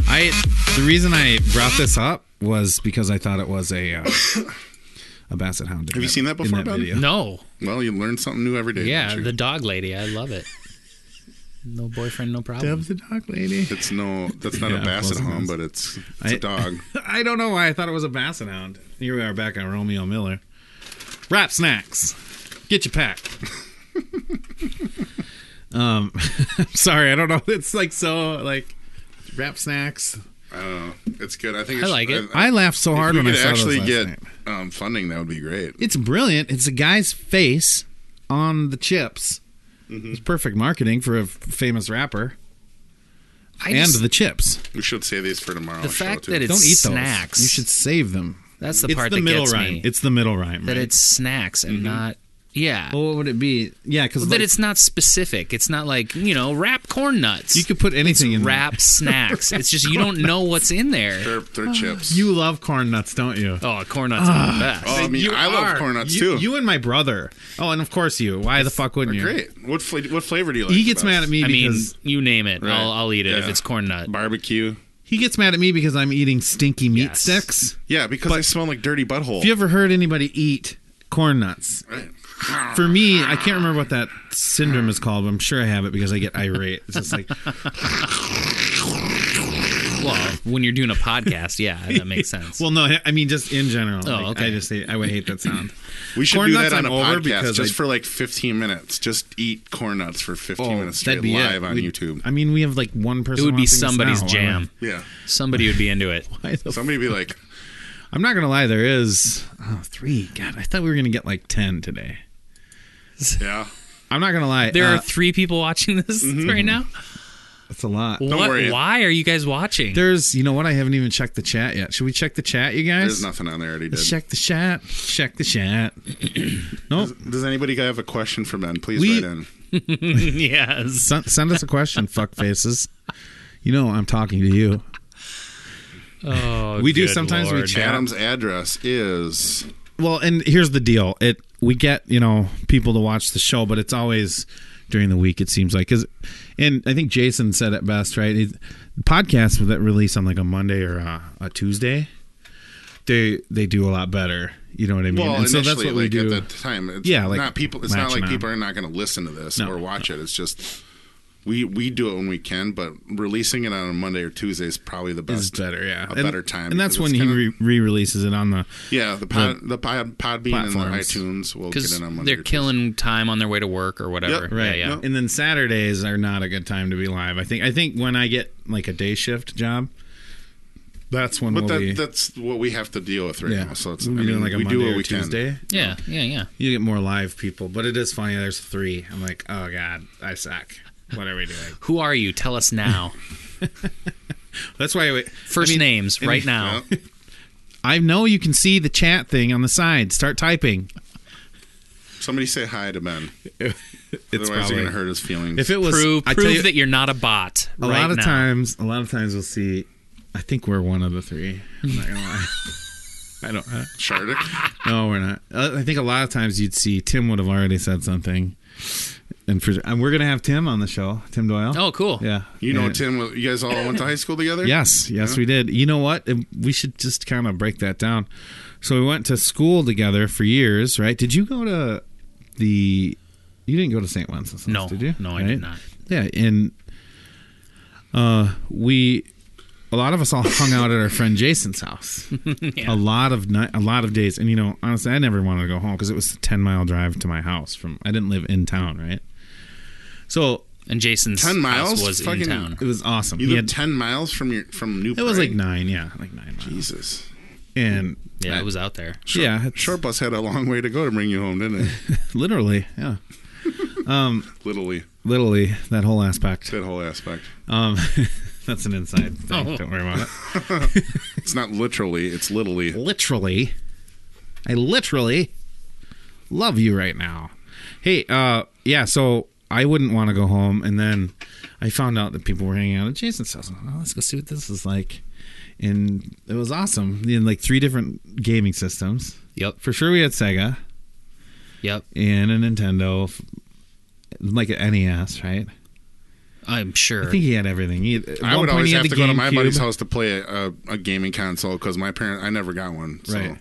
I the reason I brought this up was because I thought it was [coughs] a uh, a basset hound. Have you seen that before, In that Ben? video. No. Well, you learn something new every day. Yeah, don't you? the dog lady. I love it. No boyfriend, no problem. the dog lady. it's no, that's not [laughs] Yeah, a basset wasn't hound, it? but it's it's I- a dog. [laughs] I don't know why I thought it was a basset hound. Here we are back on Romeo Miller. Wrap snacks. Get your pack. [laughs] um, [laughs] I'm sorry, I don't know. [laughs] It's like so like wrap snacks. I don't know. It's good. I think I it's, like it. I laughed so hard if when we I could saw actually actually those last get night. um, funding, that would be great. It's brilliant. It's a guy's face on the chips. Mm-hmm. It's perfect marketing for a f- famous rapper I and just, the chips. We should say these for tomorrow. the show, fact too. that it's don't eat snacks. those. You should save them. That's the it's part the that middle gets rhyme. me. It's the middle rhyme. that right? Mm-hmm. it's snacks and not yeah. Well, what would it be? Yeah, because that it's not specific. It's not like you know, wrap corn nuts. You could put anything in there. wrap snacks. [laughs] It's just you don't know what's in there. they're, [sighs] they're chips. You love corn nuts, don't you? Oh, corn nuts are Ah, the best. oh, I mean, You I love are. corn nuts too. You- You and my brother. Oh, and of course you. Why the fuck wouldn't you? great. What fla- what flavor do you like? He the gets best? mad at me I mean, because you name it, Right. I'll, I'll eat it if Yeah. it's corn nut. Barbecue. he gets mad at me because I'm eating stinky meat Yes. sticks. Yeah, because I smell like dirty butthole. Have you ever heard anybody eat corn nuts? Right. For me, I can't remember what that syndrome is called, but I'm sure I have it because I get irate. It's just [laughs] like Well, Uh, when you're doing a podcast, yeah, [laughs] that makes sense. Well, no, I mean just in general. Oh, Like, okay. I just hate, I would hate [clears throat] that sound. We should Corn do nuts that on a I'm over podcast because just I- for like 15 minutes. Just eat corn nuts for 15 minutes straight Oh, that'd be live it. on We'd- YouTube. [laughs] I mean, we have like one person. it would be watching us somebody's now. jam. yeah. Somebody would be [laughs] into it. Why the Somebody be like, I'm not gonna lie, there is oh, three. God, I thought we were gonna get like ten today. yeah. I'm not gonna lie. There uh, mm-hmm. are three people watching this right now. that's a lot. What? worry. Why are you guys watching? There's, you know what? I haven't even checked the chat yet. Should we check the chat, you guys? There's nothing on there already did. Let's check the chat. Check [clears throat] the chat. nope. Does anybody have a question for Ben? Please We- write in. [laughs] yes. Send, send us a question, [laughs] fuck faces. You know I'm talking to you. Oh, We do good Oh, sometimes we Lord. chat. Adam's address is well, and here's the deal: it we get you know people to watch the show, but it's always during the week. It seems like because, and I think Jason said it best, right? It, podcasts that release on like a Monday or a, a Tuesday, they they do a lot better. You know what I mean? Well, and so initially, that's what we like do. at the time, it's Yeah, like, not people. It's not latching like on. people are not going to listen to this No, or watch it. It's just we we do it when we can, but releasing it on a Monday or Tuesday is probably the best. is better, yeah, a And- better time. and that's because it's when he kinda- re- re-releases it on the yeah the pod, the, pod, Podbean and the platforms. iTunes will get because it on Monday. they're or Tuesday. killing time on their way to work or whatever. Yep. Right. Yeah, yeah. Yep. And then Saturdays are not a good time to be live. I think I think when I get like a day shift job, that's when But we'll be that, that's what we have to deal with right yeah. now. So it's we'll I be mean, doing like a we Monday do what or we can. Tuesday. Yeah, yeah, yeah. You get more live people, but it is funny. There's three. I'm like, oh god, I suck. What are we doing? Who are you? Tell [laughs] us now. That's why we, First names right now. I know you can see the chat thing on the side. Start typing. Somebody say hi to Ben. [laughs] Otherwise, It's you're probably going to hurt his feelings. if it was prove I tell prove you- that you're not a bot. a right lot of now. times a lot of times we'll see i think we're one of the three i'm not gonna [laughs] lie i don't uh, Shardik, no we're not uh, i think a lot of times you'd see tim would have already said something and, for, and we're gonna have tim on the show tim doyle Oh, cool. yeah you know And- Tim. was- You guys all went to high school together. yes yes we did you know what And we should just kind of break that down so we went to school together for years right did you go to the you didn't go to st wenceslaus No. did you No, I did Right? not. Yeah, and uh, we a lot of us all [laughs] hung out at our friend Jason's house. A lot of night, a lot of days, and you know, honestly, I never wanted to go home because it was a ten mile drive to my house. From I didn't live in town, right? So And Jason's 10 miles? house was Fucking- in town. it was awesome. You He live had- ten miles from your from New. it was like nine, yeah, like nine miles, Jesus. and Yeah, it was out there. yeah, it's- Short bus had a long way to go to bring you home, [laughs] didn't it? literally, yeah, Literally, literally that whole aspect. that whole aspect. Um, [laughs] that's an inside thing. Oh. Don't worry about it. It's not literally, it's literally. literally i literally love you right now hey uh yeah so i wouldn't want to go home and then i found out that people were hanging out at jason's house I'm like, oh, let's go see what this is like and it was awesome in like three different gaming systems Yep. for sure we had sega Yep. and a nintendo f- like an nes right I'm sure. i think he had everything he had, at I one would point always he had have to the go to my GameCube. buddy's house to play a, a gaming console because my parent, I never got one. So. Right.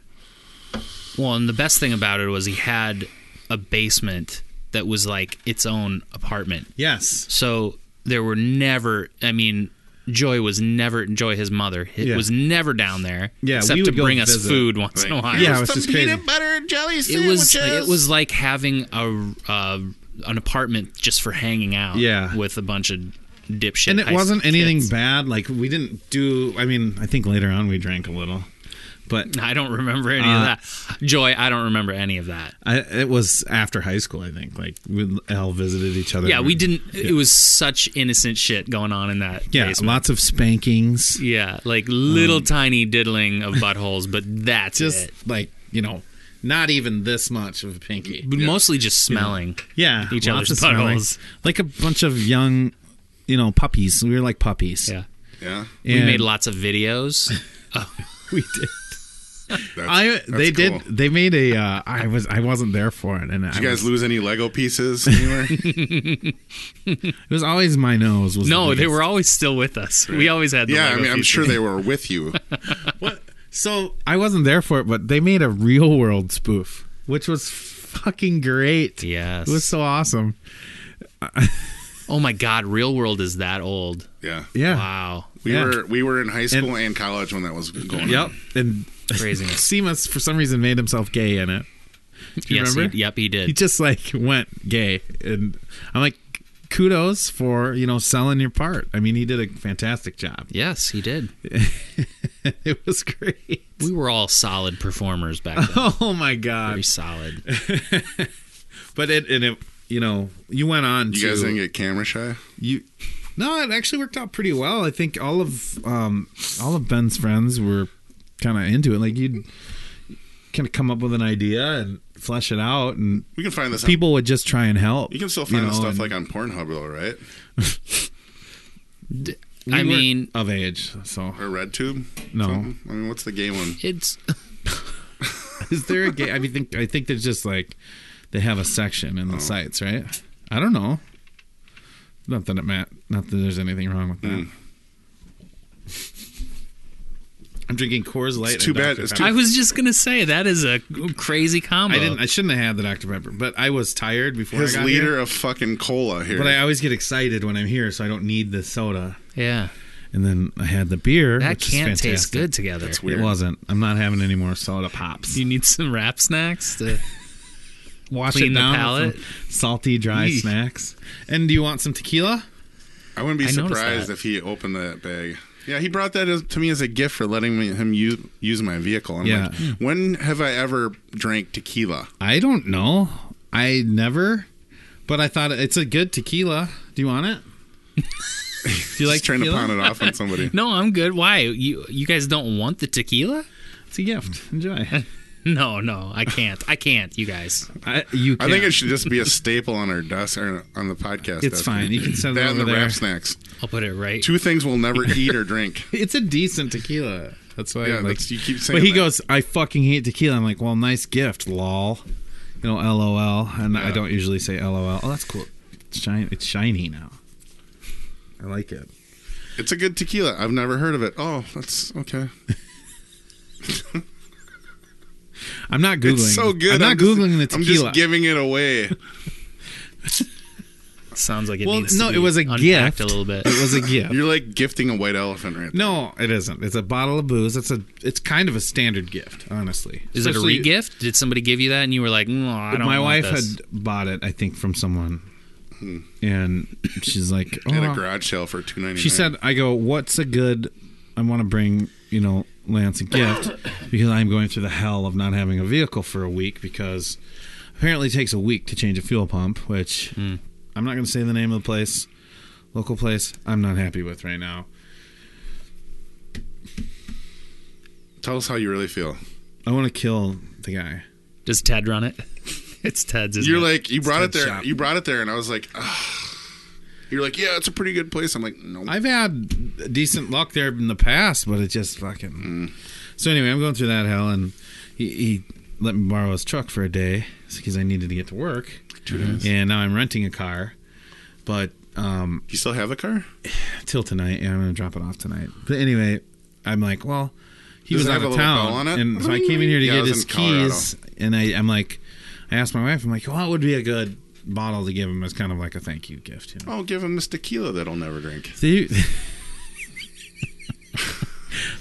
well, and the best thing about it was he had a basement that was like its own apartment. yes So there were never. I mean, Joy was never. Joy, his mother, it Yeah. was never down there. Yeah, except we to would go bring us visit. food once in a while. yeah it was just crazy it was. It was like having a uh, an apartment just for hanging out. Yeah. with a bunch of dipshit. and it high school wasn't anything kids. bad. Like we didn't do. I mean, I think later on we drank a little, but [laughs] I don't remember any Uh, of that. Joy, I don't remember any of that. I, it was after high school. I think like we all visited each other. Yeah, we and- didn't. It was such innocent shit going on in that. Yeah, basement. lots of spankings. yeah, like little tiny diddling of buttholes, but that's Just it. like you know, not even this much of a pinky. But mostly just smelling. Yeah, Each lots other's of smelling. buttholes. Like a bunch of young, you know, puppies. We were like puppies. Yeah. Yeah. We And- made lots of videos. [laughs] we [laughs] did. That's, I that's they cool. did they made a uh, I was I wasn't there for it and I Did you guys was- lose any Lego [laughs] pieces anywhere? it was always my nose was the No, they biggest. were always still with us. We always had. The yeah, I Lego mean, I'm pieces. sure they were with you. [laughs] So I wasn't there for it, but they made a real world spoof, which was fucking great. [laughs] Yes. It was so awesome. oh my God, Real World is that old. Yeah. Yeah. Wow, We Yeah. were we were in high school and, college when that was going Yep. on. And [laughs] craziness. Seamus, for some reason, made himself gay in it. Do you yes, remember? He, yep, he did. He just like went gay. And I'm like, kudos for, you know, selling your part. I mean, he did a fantastic job. [laughs] yes, he did. It was great. [laughs] We were all solid performers back then. Oh my Very God. solid. [laughs] But it, and it, you know, you went on You to. guys didn't get camera shy? You No, it actually worked out pretty well. I think all of um all of Ben's friends were kind of into it. Like you'd kind of come up with an idea and flesh it out and We can find this. people would just try and help. you can still find you this stuff know, and like on Pornhub, though, right? we I weren't mean, of age, so [laughs] Or RedTube? No. Something? I mean, what's the gay one? it's Is there a game? I mean, think I think there's just like they have a section Oh. in the sites, right? I don't know. Not that it Matt. Not that there's anything wrong with that. Hmm. I'm drinking Coors Light. too and bad- Dr. it's Pepper. too- I was just gonna say that is a crazy combo. I didn't. I shouldn't have had the Dr Pepper, but I was tired before His I got liter here. of fucking cola here. But I always get excited when I'm here, so I don't need the soda. yeah, And then I had the beer. that which is can't taste fantastic. good together. It wasn't. I'm not having any more soda pops. Do you need some wrap snacks to [laughs] Wash clean it the down with palate? some salty, dry Yeesh. snacks. And do you want some tequila? I wouldn't be I noticed surprised that. if he opened that bag. Yeah, he brought that as, to me as a gift for letting me, him use use my vehicle. I'm Yeah. Hmm. like, when have I ever drank tequila? I don't know. I never. But I thought it's a good tequila. Do you want it? do you like Just trying to tequila? pound it off on [laughs] somebody. No, I'm good. Why you you guys don't want the tequila? It's a gift. [laughs] Enjoy. No, no, I can't. I can't. You guys, I, you I think can. it should just be a staple on our desk or on the podcast. It's desk. fine. You can set it that and over the there. wrap snacks. I'll put it right. Two things we'll [laughs] never eat or drink. It's a decent tequila. That's why. Yeah, I like, that's, you keep saying. but he that. goes, I fucking hate tequila. I'm like, well, nice gift, lol. You know, lol. And I Yeah. don't usually say lol. Oh, that's cool. It's shiny. It's shiny now. I like it. It's a good tequila. I've never heard of it. Oh, that's okay. I'm not googling. It's so good. I'm not just- googling the I'm tequila. just [laughs] giving it away. Sounds like it well, needs no, to be it was a unpacked gift. a [laughs] little bit. It was a [laughs] gift. You're like gifting a white elephant right No, it isn't. It's a bottle of booze. It's a. It's kind of a standard gift, honestly. Is it a Especially- regift? Did somebody give you that and you were like, no, I don't My want wife this." had bought it, I think, from someone, and she's like, "Oh, there. At Hmm. a garage sale for two ninety nine. She said, I go, what's a good, I want to bring, you know, Lance a gift because I'm going through the hell of not having a vehicle for a week because apparently it takes a week to change a fuel pump, which I'm not going to say the name of the place, local place, I'm not happy with right now. "Tell us how you really feel." I want to kill the guy. Does Ted [laughs] run it? it's Ted's. Isn't You're it? like, you brought it Ted there. Shop. You brought it there, and I was like, "Ugh." you're like, yeah, it's a pretty good place. I'm like, no, I've had decent luck there in the past, but it just fucking. Mm. So anyway, I'm going through that hell, and he, he let me borrow his truck for a day because I needed to get to work. And now I'm renting a car, but um, you still have a car? till tonight, yeah, I'm gonna drop it off tonight. But anyway, I'm like, well, he Does was it have out a of little bell on town, it? and so I came in here to Yeah, I get was his in Colorado. keys, and I, I'm like, I asked my wife, I'm like, what would be a good bottle to give him as kind of like a thank you gift, you know? Oh, give him this tequila that I'll never drink. So you- [laughs]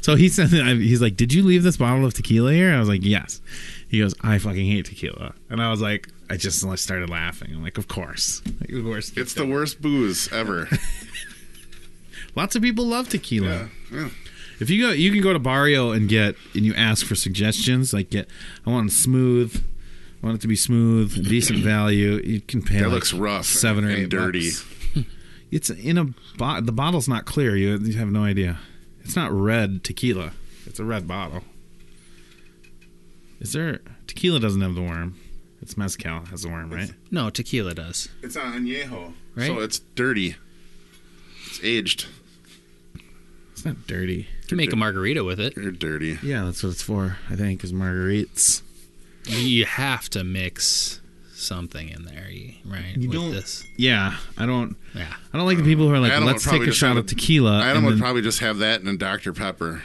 so he said, that I- he's like, "Did you leave this bottle of tequila here?" I was like, "Yes." He goes, "I fucking hate tequila," and I was like, I just like, started laughing. I'm like, "Of course, like, of course." It's the worst booze [laughs] ever. Lots of people love tequila. yeah. yeah. If you go, you can go to Barrio and get, and you ask for suggestions. Like, get, I want it smooth. I want it to be smooth, decent value. You can pay. That like, looks rough Seven or and eight dirty. bucks. [laughs] It's in a bo- the bottle's not clear. You, you have no idea. It's not red tequila. It's a red bottle. Is there tequila doesn't have the worm? It's mezcal has the worm, right? no, tequila does. It's on añejo, Right? so it's dirty. It's aged. It's not dirty. You can make a margarita with it. You're dirty. Yeah, that's what it's for. I think is margaritas. You have to mix something in there, you- right? You with don't- This. Yeah, I don't. Yeah. I don't like the people who are like, Adam would let's take probably a just shot have of tequila. Uh, and Adam would then- probably just have that and a Dr [laughs] Pepper.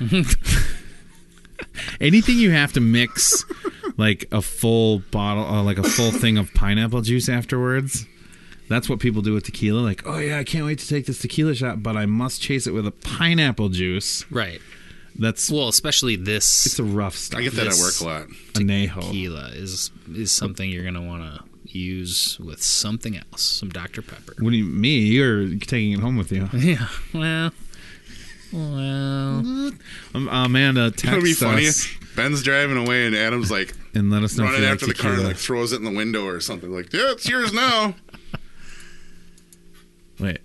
anything you have to mix like a full bottle or like a full thing of pineapple juice afterwards that's what people do with tequila like oh yeah i can't wait to take this tequila shot but i must chase it with a pineapple juice Right. that's Well, especially this it's a rough stuff I get that This- at work a [laughs] lot. anejo tequila is is something you're gonna want to use with something else, some Dr [laughs] Pepper. what do you me you're taking it home with you Yeah. Well. Well. um, [laughs] amanda It would Mm-hmm. be text funny. us Ben's driving away, and Adam's like and let us know if running you like after the car and tequila. like throws it in the window or something. Like, yeah, it's yours now. wait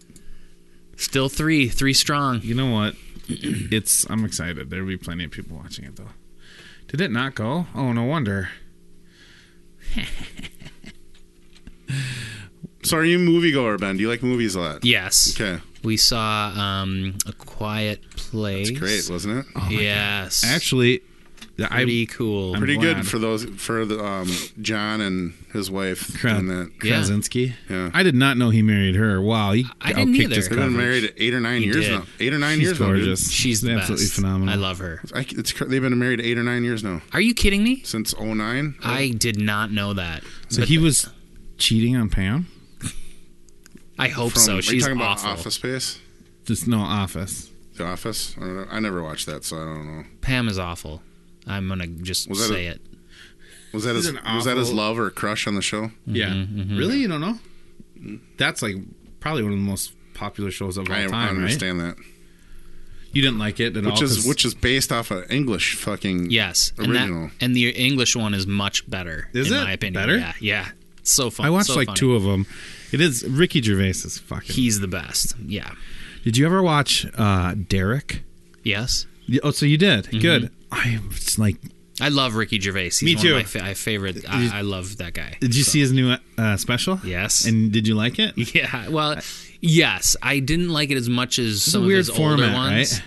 Still three, three strong. you know what [clears throat] it's i'm excited there'll be plenty of people watching it though did it not go oh no wonder So are you a moviegoer, Ben? Do you like movies a lot? Yes. Okay. We saw um, a quiet place. Oh, Oh It's great, wasn't it? yes. Actually, I- Pretty cool. Pretty glad. good for those for the um, John and his wife. Kra- doing that. Yeah. Krasinski. Yeah. I did not know he married her. Wow, he I outkicked didn't his either. They've been coverage. married eight or nine years did. now. Eight or nine She's years gorgeous. She's the absolutely best. phenomenal. I love her. now, dude. I, it's, cr- they've been married eight or nine years now Are you kidding me? since 09. I did not know that. So he was cheating on Pam. I hope From, so. are you She's talking awful. about Office Space? Just no office. The Office? I, don't know. I never watched that, so I don't know. Pam is awful. I'm gonna just Was that say a- it. Was that his, an was that his awful- love or crush on the show? Mm-hmm, Yeah. Really, you don't know? That's like probably one of the most popular shows of all I, I time, right? understand that. You didn't like it at all, Which is 'cause- which is based off an English fucking Yes, original. and that and the English one is much better. Is in it? my opinion? Better? Yeah, yeah. It's so fun. I watched so like funny. two of them. It is Ricky Gervais is fucking. He's the best. Yeah. did you ever watch uh, Derek? Yes. Y- Oh, so you did. Mm-hmm. Good. I was like, I love Ricky Gervais. He's Me one too. Of my, fa- I favorite. I, I love that guy. did you see his new uh, special? Yes. And did you like it? Yeah. Well, yes. I didn't like it as much as a some of weird his format, older ones. right?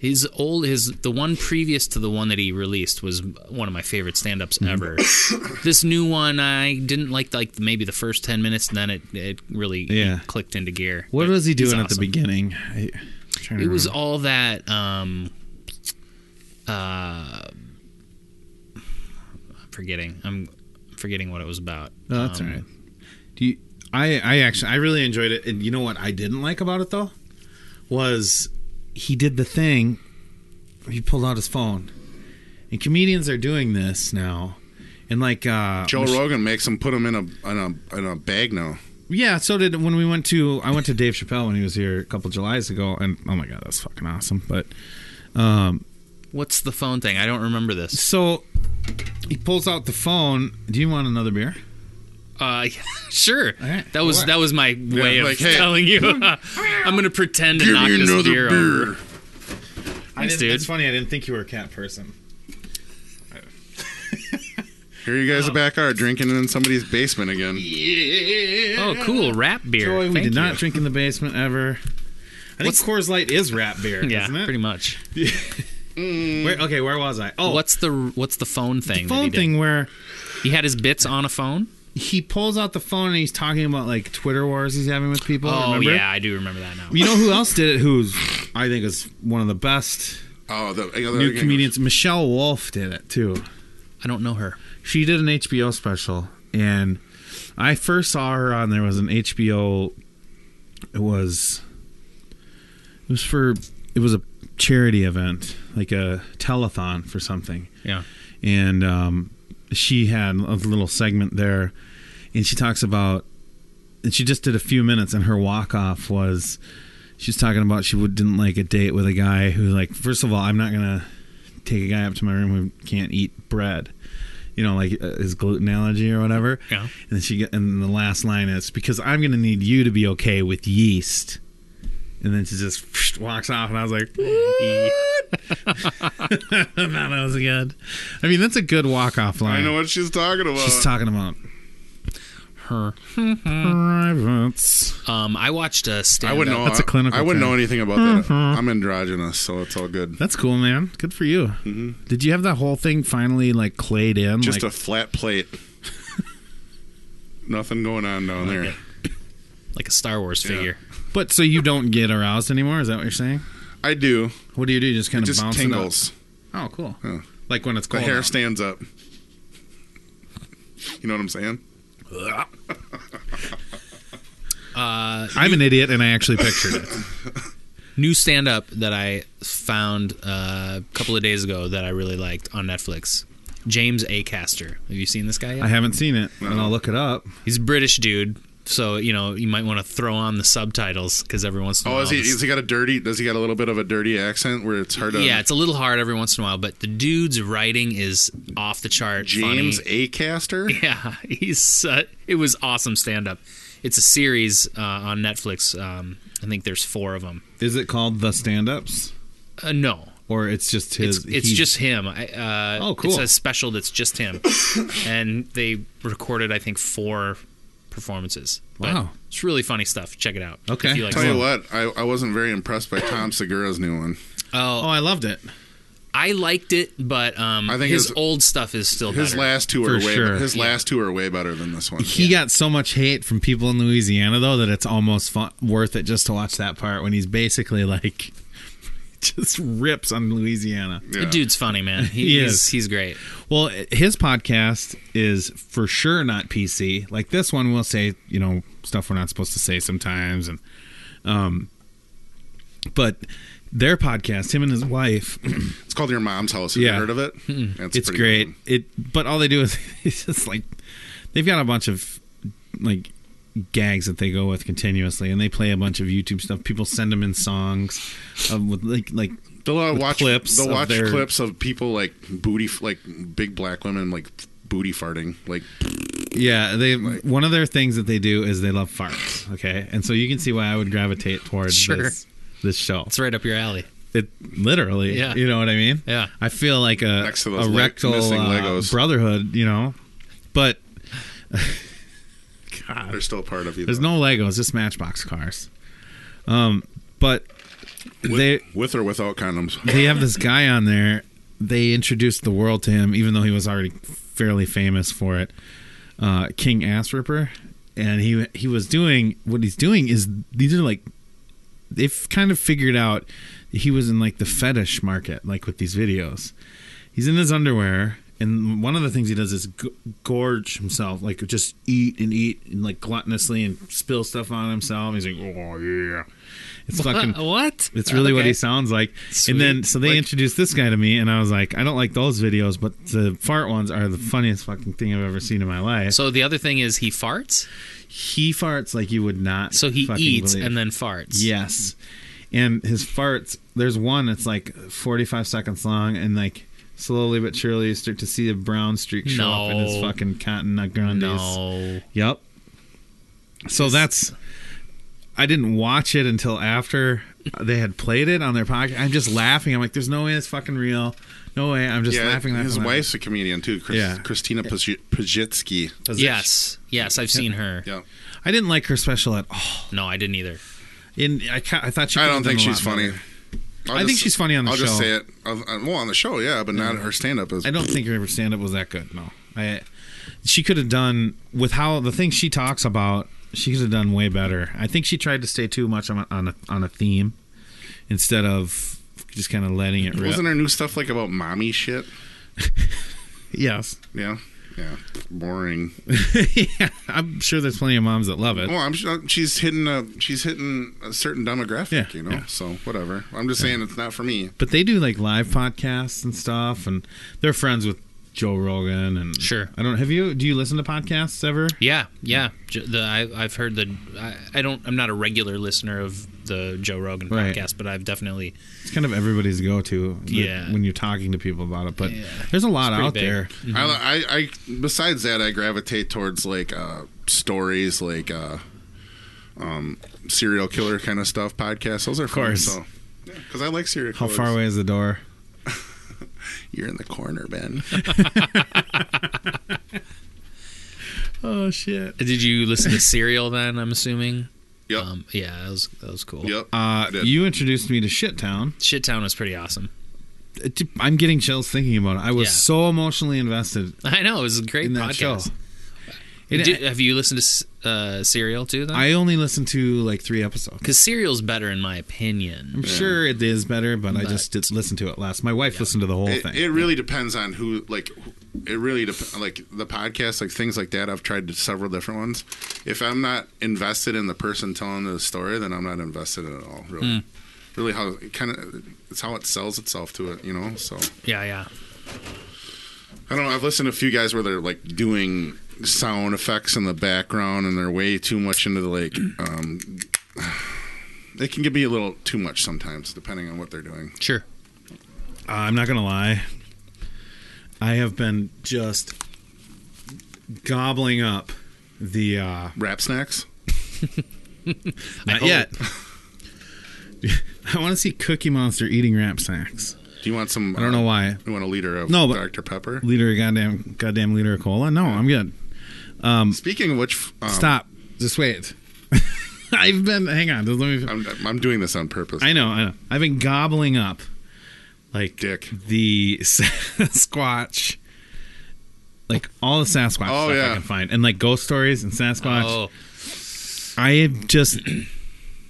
His old his the one previous to the one that he released was one of my favorite stand-ups Mm. ever. this new one I didn't like like maybe the first 10 minutes and then it it really Yeah. clicked into gear. What But was he he's doing at the awesome. beginning? I, I'm trying to It was remember. all that um uh I'm forgetting. I'm forgetting what it was about. No, Oh, that's Um, all right. Do you, I? I actually I really enjoyed it, and you know what I didn't like about it though was he did the thing. He pulled out his phone, and comedians are doing this now, and like uh, Joe Rogan makes them put them in a in a in a bag now. Yeah, so did when we went to I went to Dave Chappelle when he was here a couple Julys ago, and oh my god, that's fucking awesome. But What's the phone thing? I don't remember this. so he pulls out the phone. Do you want another beer? Uh, [laughs] yeah, sure. All right. That was All right. Hmm. that was my way of like, hey. telling you. [laughs] I'm gonna pretend to Give knock me this another beer, beer. over. Thanks, dude. It's funny. I didn't think you were a cat person. Here you guys are back are drinking in somebody's basement again. Oh, cool. Rap beer. Joy, we Thank did you. not drink in the basement ever. I What's- think Coors Light is rat beer, Yeah, isn't it? pretty much. Where- okay, where was I? Oh, What's the what's the phone thing? that he phone did? thing where He had his bits on a phone. he pulls out the phone and he's talking about like Twitter wars he's having with people. Oh remember? yeah, I do remember that now. You know who else did it? Who's I think is one of the best Oh, the, the new comedians. Michelle Wolf did it too. I don't know her. She did an HBO special, and I first saw her on there was an HBO. It was. It was for. It was a charity event, like a telethon for something, Yeah. and um, she had a little segment there, and she talks about. And she just did a few minutes, and her walk off was. She's talking about she would, didn't like a date with a guy who like first of all I'm not gonna take a guy up to my room who can't eat bread, you know like uh, his gluten allergy or whatever. Yeah. And then she get- and the last line is because I'm gonna need you to be okay with yeast, and then she just walks off and I was like, what? [laughs] no, that was good. I mean that's a good walk off line. I know what uh, she's talking about. She's talking about Her. privates. Um, I watched a stand. I wouldn't know. That's a clinical I wouldn't term. Mm-hmm. Oh know anything about that. I'm androgynous, so it's all good. That's cool, man. Good for you. Did you have that whole thing finally like clayed in? Mm-hmm. Just like, a flat plate. Nothing going on down there. like a Star Wars figure. but so you don't get aroused anymore? Is that what you're saying? I do. What do you do? You just kind It of just bounce tingles. it up. Oh, cool. Yeah. Like when it's The cold. hair out. stands up. You know what I'm saying? I'm an idiot, and I actually [laughs] pictured it. New stand up that I found uh, a couple of days ago that I really liked on Netflix. James Acaster. Have you seen this guy yet? I haven't seen it, and I'll look it up. He's a British dude, so you know you might want to throw on the subtitles because every once in a Oh, while, is he? this- Is he got a dirty? Does he got a little bit of a dirty accent where it's hard to? yeah, it's a little hard every once in a while, but the dude's writing is off the chart. James funny. Acaster. [laughs] yeah, he's uh, it was awesome stand up. It's a series uh, on Netflix. Um, I think there's four of them. Is it called the Stand Ups, Uh, no, or it's just his? It's, it's he- just him. I, uh, Oh, cool. It's a special that's [laughs] just him, and they recorded I think four performances. But Wow. it's really funny stuff. Check it out. Okay. if you like Tell you it. what, I, I wasn't very impressed by Tom Segura's new one. Oh, I loved it. I liked it, but um, I think his, his- old stuff is still His better. last two are For way sure. his last two are way better than this one. He got so much hate from people in Louisiana though that it's almost fun, worth it just to watch that part when he's basically like [laughs] just rips on Louisiana. The dude's funny, man. He, He he's is. he's great. Well, his podcast is for sure not PC. Like this one will say, you know, stuff we're not supposed to say sometimes and um but their podcast, him and his wife, It's called Your Mom's House. Have Yeah. you heard of it? That's it's pretty great. good. It but all they do is [laughs] it's just like they've got a bunch of like gags that they go with continuously and they play a bunch of YouTube stuff. People send them in songs um, with like like They'll uh, with watch clips They'll of watch their- clips of people like booty, f- like big black women, like booty farting. Like Yeah, they one of their things that they do is they love farts. Okay, and so you can see why I would gravitate towards Sure. this this show. It's right up your alley. It literally, Yeah. you know what I mean. Yeah. I feel like a Next to those a leg- rectal missing uh, Legos. brotherhood, you know, but God, they're still part of you. there's though. no Legos, just Matchbox cars. Um, but they with or without condoms. they have this guy on there. They introduced the world to him, even though he was already fairly famous for it. Uh, King Ass Ripper, and he he was doing what he's doing is these are like they've kind of figured out he was in like the fetish market, like with these videos. He's in his underwear, and one of the things he does is g- gorge himself, like just eat and eat and like gluttonously and spill stuff on himself. He's like, oh yeah, it's fucking Uh, what? it's really what Okay. he sounds like. Sweet. And then so they Like- introduced this guy to me, and I was like, I don't like those videos, but the fart ones are the funniest fucking thing I've ever seen in my life. So the other thing is he farts. he farts like you would not. So he fucking eats believe. and then farts. yes, and his farts. There's one that's like 45 seconds long, and like slowly but surely you start to see a brown streak show up in his No. fucking cotton nut grandes. No. Yep. So that's. I didn't watch it until after they had played it on their podcast. I'm just laughing. I'm like, "There's no way it's fucking real. No way." I'm just Yeah, laughing. laughing, his laughing. wife's a comedian too. Chris, Yeah. Christina Paj- Pajitsky. Yes. Yes, I've seen her. Yeah, I didn't like her special at all. No, I didn't either. And I, ca- I thought she. I could've don't think done a she's lot funny. better. I'll I think she's funny on the I'll just show. say it. I'll- I- well, on the show, yeah, but not her stand up is. I don't think her stand up was that good. No, I. She could have done with how the things she talks about. She could have done way better. I think she tried to stay too much on a, on a, on a theme instead of just kind of letting it rip. Wasn't her new stuff like about mommy shit? yes. Yeah, yeah, boring. [laughs] yeah, I'm sure there's plenty of moms that love it. Well, I'm sure she's hitting a she's hitting a certain demographic, Yeah, you know. yeah. So whatever. I'm just saying it's not for me. But they do like live podcasts and stuff, and they're friends with Joe Rogan and Sure. I don't have you. Do you listen to podcasts ever? Yeah, yeah. J- The I, I've heard the I, I don't I'm not a regular listener of the Joe Rogan Right. podcast, but I've definitely It's kind of everybody's go-to. that- Yeah. when you're talking to people about it, but Yeah. there's a lot pretty out big. there. I, I I besides that, I gravitate towards like uh, stories, like uh, um, serial killer kind of stuff. Podcasts. Those are of course. So. Because I like serial How killers. far away is the door? You're in the corner, Ben. Oh shit! Did you listen to Serial then, I'm assuming? yep. Um yeah, that was that was cool. yep. Uh, I did. you introduced me to Shit Town. Shit Town was pretty awesome. It- I'm getting chills thinking about it. I was Yeah. so emotionally invested I know, it was a great in that podcast. show. It- Did- have you listened to uh, Serial too then? I only listened to like three episodes. Because Serial's better in my opinion. I'm sure it is better, but, I But- just did listen to it last. My wife listened to the whole it, thing. it really depends on who like who- it really dep- like the podcast like things like that i've tried several different ones if i'm not invested in the person telling the story then i'm not invested in it at all really Hmm. really how it kind of it's how it sells itself to it you know so Yeah, yeah. i don't know i've listened to a few guys where they're like doing sound effects in the background and they're way too much into the like [clears throat] um it can be a little too much sometimes depending on what they're doing Sure. Uh, I'm not gonna lie. I have been just gobbling up the uh rap snacks not hope. yet. [laughs] I want to see Cookie Monster eating rap snacks. do you want some uh, I don't know why. you want a liter of No, but- dr pepper Liter of goddamn goddamn liter of cola. No, I'm good. Speaking of which, um, Stop. Just wait. [laughs] I've been hang on. Just let me I'm, I'm doing this on purpose. I know, I know. I've been gobbling up like Dick. the [laughs] Sasquatch, like all the Sasquatch Oh, stuff yeah. I can find, and like ghost stories and Sasquatch. Oh, I am just,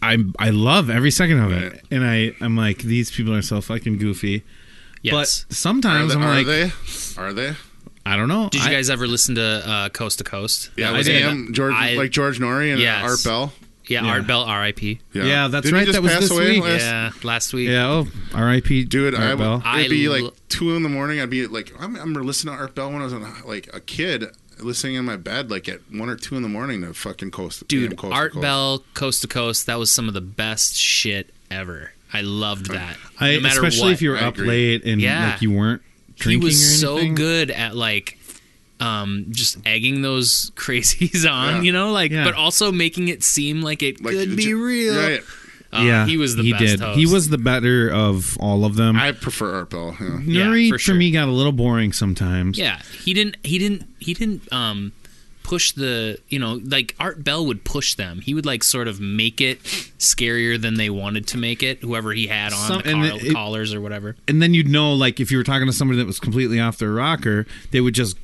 I I love every second of it, Right. and I I'm like these people are so fucking goofy. yes. But Are sometimes they? I'm Are like, they? Are they? I don't know. Did you I- guys ever listen to uh, Coast to Coast? Yeah, That with was in- him, George, I- like George Norrie and uh, Yes. Art Bell. yeah, Art Bell, R.I.P. Yeah, that's Didn't he right, just that was pass this away week. last- Yeah, last week. Yeah. Oh, R.I.P. Dude, I, Art Bell. would it'd be I like l- two in the morning. I'd be like, I'm, I'm listening to Art Bell when I was on, like a kid, listening in my bed like at one or two in the morning to fucking coast. Dude, damn coast to Art coast. Bell, Coast to Coast, that was some of the best shit ever. I loved that. I, no matter especially what. if you were I up agree. late and Yeah. like you weren't drinking he or was so anything. good at like um just egging those [laughs] crazies on Yeah. you know like Yeah. but also making it seem like it Like, could j- be real Right. Uh, he was the he best did. host. He was the better of all of them. I prefer Art Bell. Yeah. yeah, Nuri for for, sure. me got a little boring sometimes. yeah he didn't he didn't he didn't um push the you know like art bell would push them he would like sort of make it scarier than they wanted to make it whoever he had on Some- the and coll- it- it- collars or whatever And then you'd know, like, if you were talking to somebody that was completely off their rocker, they would just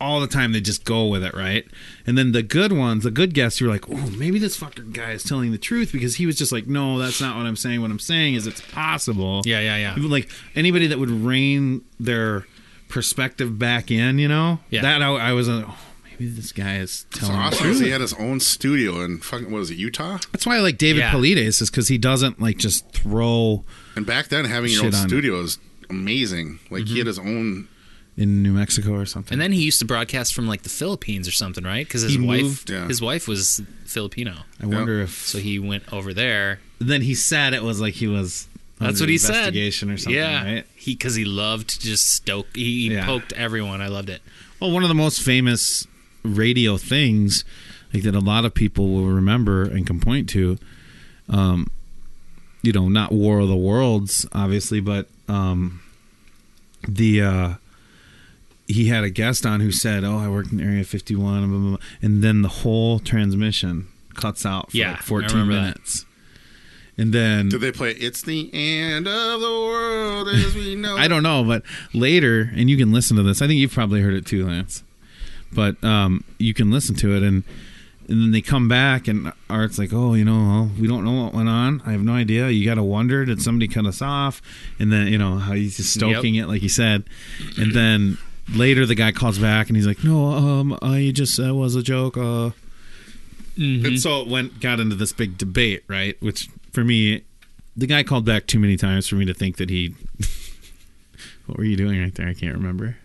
all the time they just go with it, right? And then the good ones, the good guests, you were like, oh, maybe this fucking guy is telling the truth because he was just like, no, that's not what I'm saying. What I'm saying is it's possible. Yeah, yeah, yeah. Like anybody that would rein their perspective back in, you know, Yeah. that I, I was, uh, oh, maybe this guy is So telling the awesome. truth. is He had his own studio in fucking what was it Utah? That's why I like David Yeah. Polides is because he doesn't like just throw And back then, having your Shit own on it. Mm-hmm. studio is amazing. Like he had his own. in New Mexico or something. and then he used to broadcast from like the philippines or something right because his He wife moved, yeah. his wife was filipino I wonder if so he went over there then he said it was like he was. under That's what he investigation said. or something, yeah. right? He because he loved to just stoke. He, he Yeah. poked everyone. I loved it. Well, one of the most famous radio things, like that, a lot of people will remember and can point to. Um, you know, not War of the Worlds, obviously, but um, the uh, he had a guest on who said, "Oh, I worked in Area 51," and blah, blah, blah. and then the whole transmission cuts out for Yeah, like I 14 remember that. minutes, and then Did they play "It's the End of the World as [laughs] We Know"? I don't know, but later, and you can listen to this. I think you've probably heard it too, Lance. But um, you can listen to it, and and then they come back, and Art's like, "Oh, you know, well, we don't know what went on. I have no idea. You got to wonder did somebody cut us off?" And then you know how he's just stoking it, like he said, and then later the guy calls back, and he's like, "No, um, I just that was a joke." Uh. And so it went got into this big debate, right? Which for me, the guy called back too many times for me to think that he [laughs] what were you doing right there? I can't remember.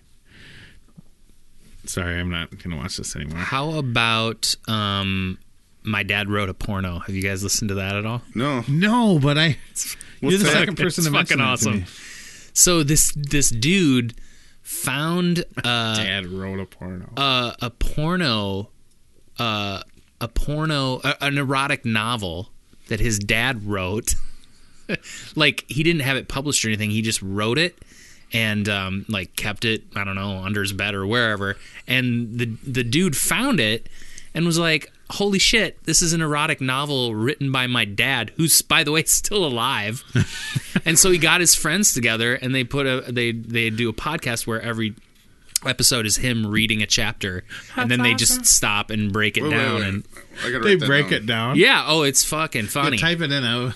Sorry, I'm not gonna watch this anymore. How about um, my dad wrote a porno? Have you guys listened to that at all? No. No, but I. [laughs] You're the that? second person It's to mention fucking that to awesome. me. So this this dude [laughs] found uh, Dad wrote a porno. a, a porno, uh, a porno, a, an erotic novel that his dad wrote. [laughs] like he didn't have it published or anything. He just wrote it and um, like kept it. I don't know under his bed or wherever. And the the dude found it and was like, "Holy shit! This is an erotic novel written by my dad, who's by the way [laughs] still alive." and so he got his friends together and they put a they they do a podcast where every episode is him reading a chapter and then they just stop and break it Wait, wait, down wait. and I gotta they write that break down. it down. yeah oh it's fucking You funny type it in. Oh,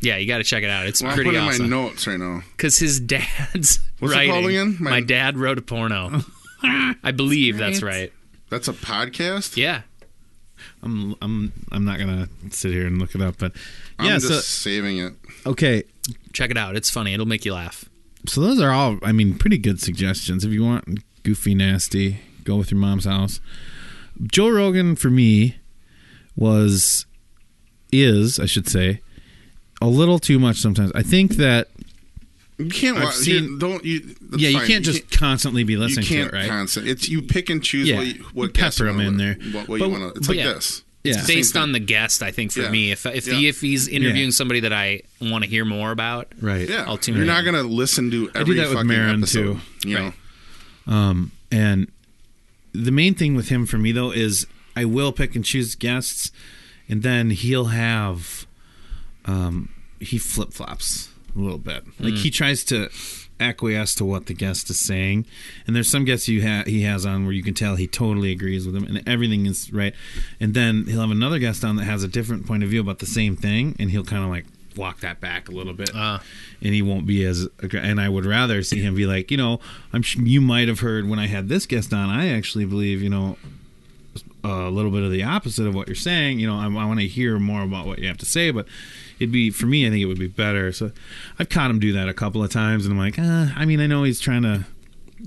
yeah you got to check it out it's Well, I'm pretty putting in awesome my notes right now. because his dad's What's it writing. called again? My, My- dad wrote [laughs] a porno. I believe that's right. That's a podcast. Yeah, I'm I'm I'm not gonna sit here and look it up, but I'm yeah. just So saving it. okay, check it out. It's funny. It'll make you laugh. so those are all. I mean, pretty good suggestions. If you want goofy, nasty, go with your mom's house. Joe Rogan for me was is I should say a little too much sometimes. I think that You can't I've watch. seen- you don't you? that's yeah, you fine. can't just constantly be You listening can't to it, right? constant. It's you pick and choose Yeah. what you, You what pepper guests you 'em wanna in li- there. What, what But- you want to? It's but like yeah. this. Yeah. It's Same based on the guest, I think. For Yeah. me, if if, Yeah. he, if he's interviewing Yeah. somebody that I want to hear more about, Right. Yeah, I'll tune you're in. not gonna listen to every that with fucking Marin, episode. You know, Right. And the main thing with him for me though is I will pick and choose guests, and then he'll have um, he flip flops a little bit. Like he tries to acquiesce to what the guest is saying, and there's some guests you ha- he has on where you can tell he totally agrees with him, and everything is right. And then he'll have another guest on that has a different point of view about the same thing, and he'll kind of like walk that back a little bit, Ah. and he won't be as. aggr- And I would rather see him be like, you know, I'm sh- you might have heard when I had this guest on, I actually believe, you know. A little bit of the opposite of what you're saying, you know. I, I want to hear more about what you have to say, but it'd be for me. I think it would be better. So I've caught him do that a couple of times, and I'm like, uh, I mean, I know he's trying to,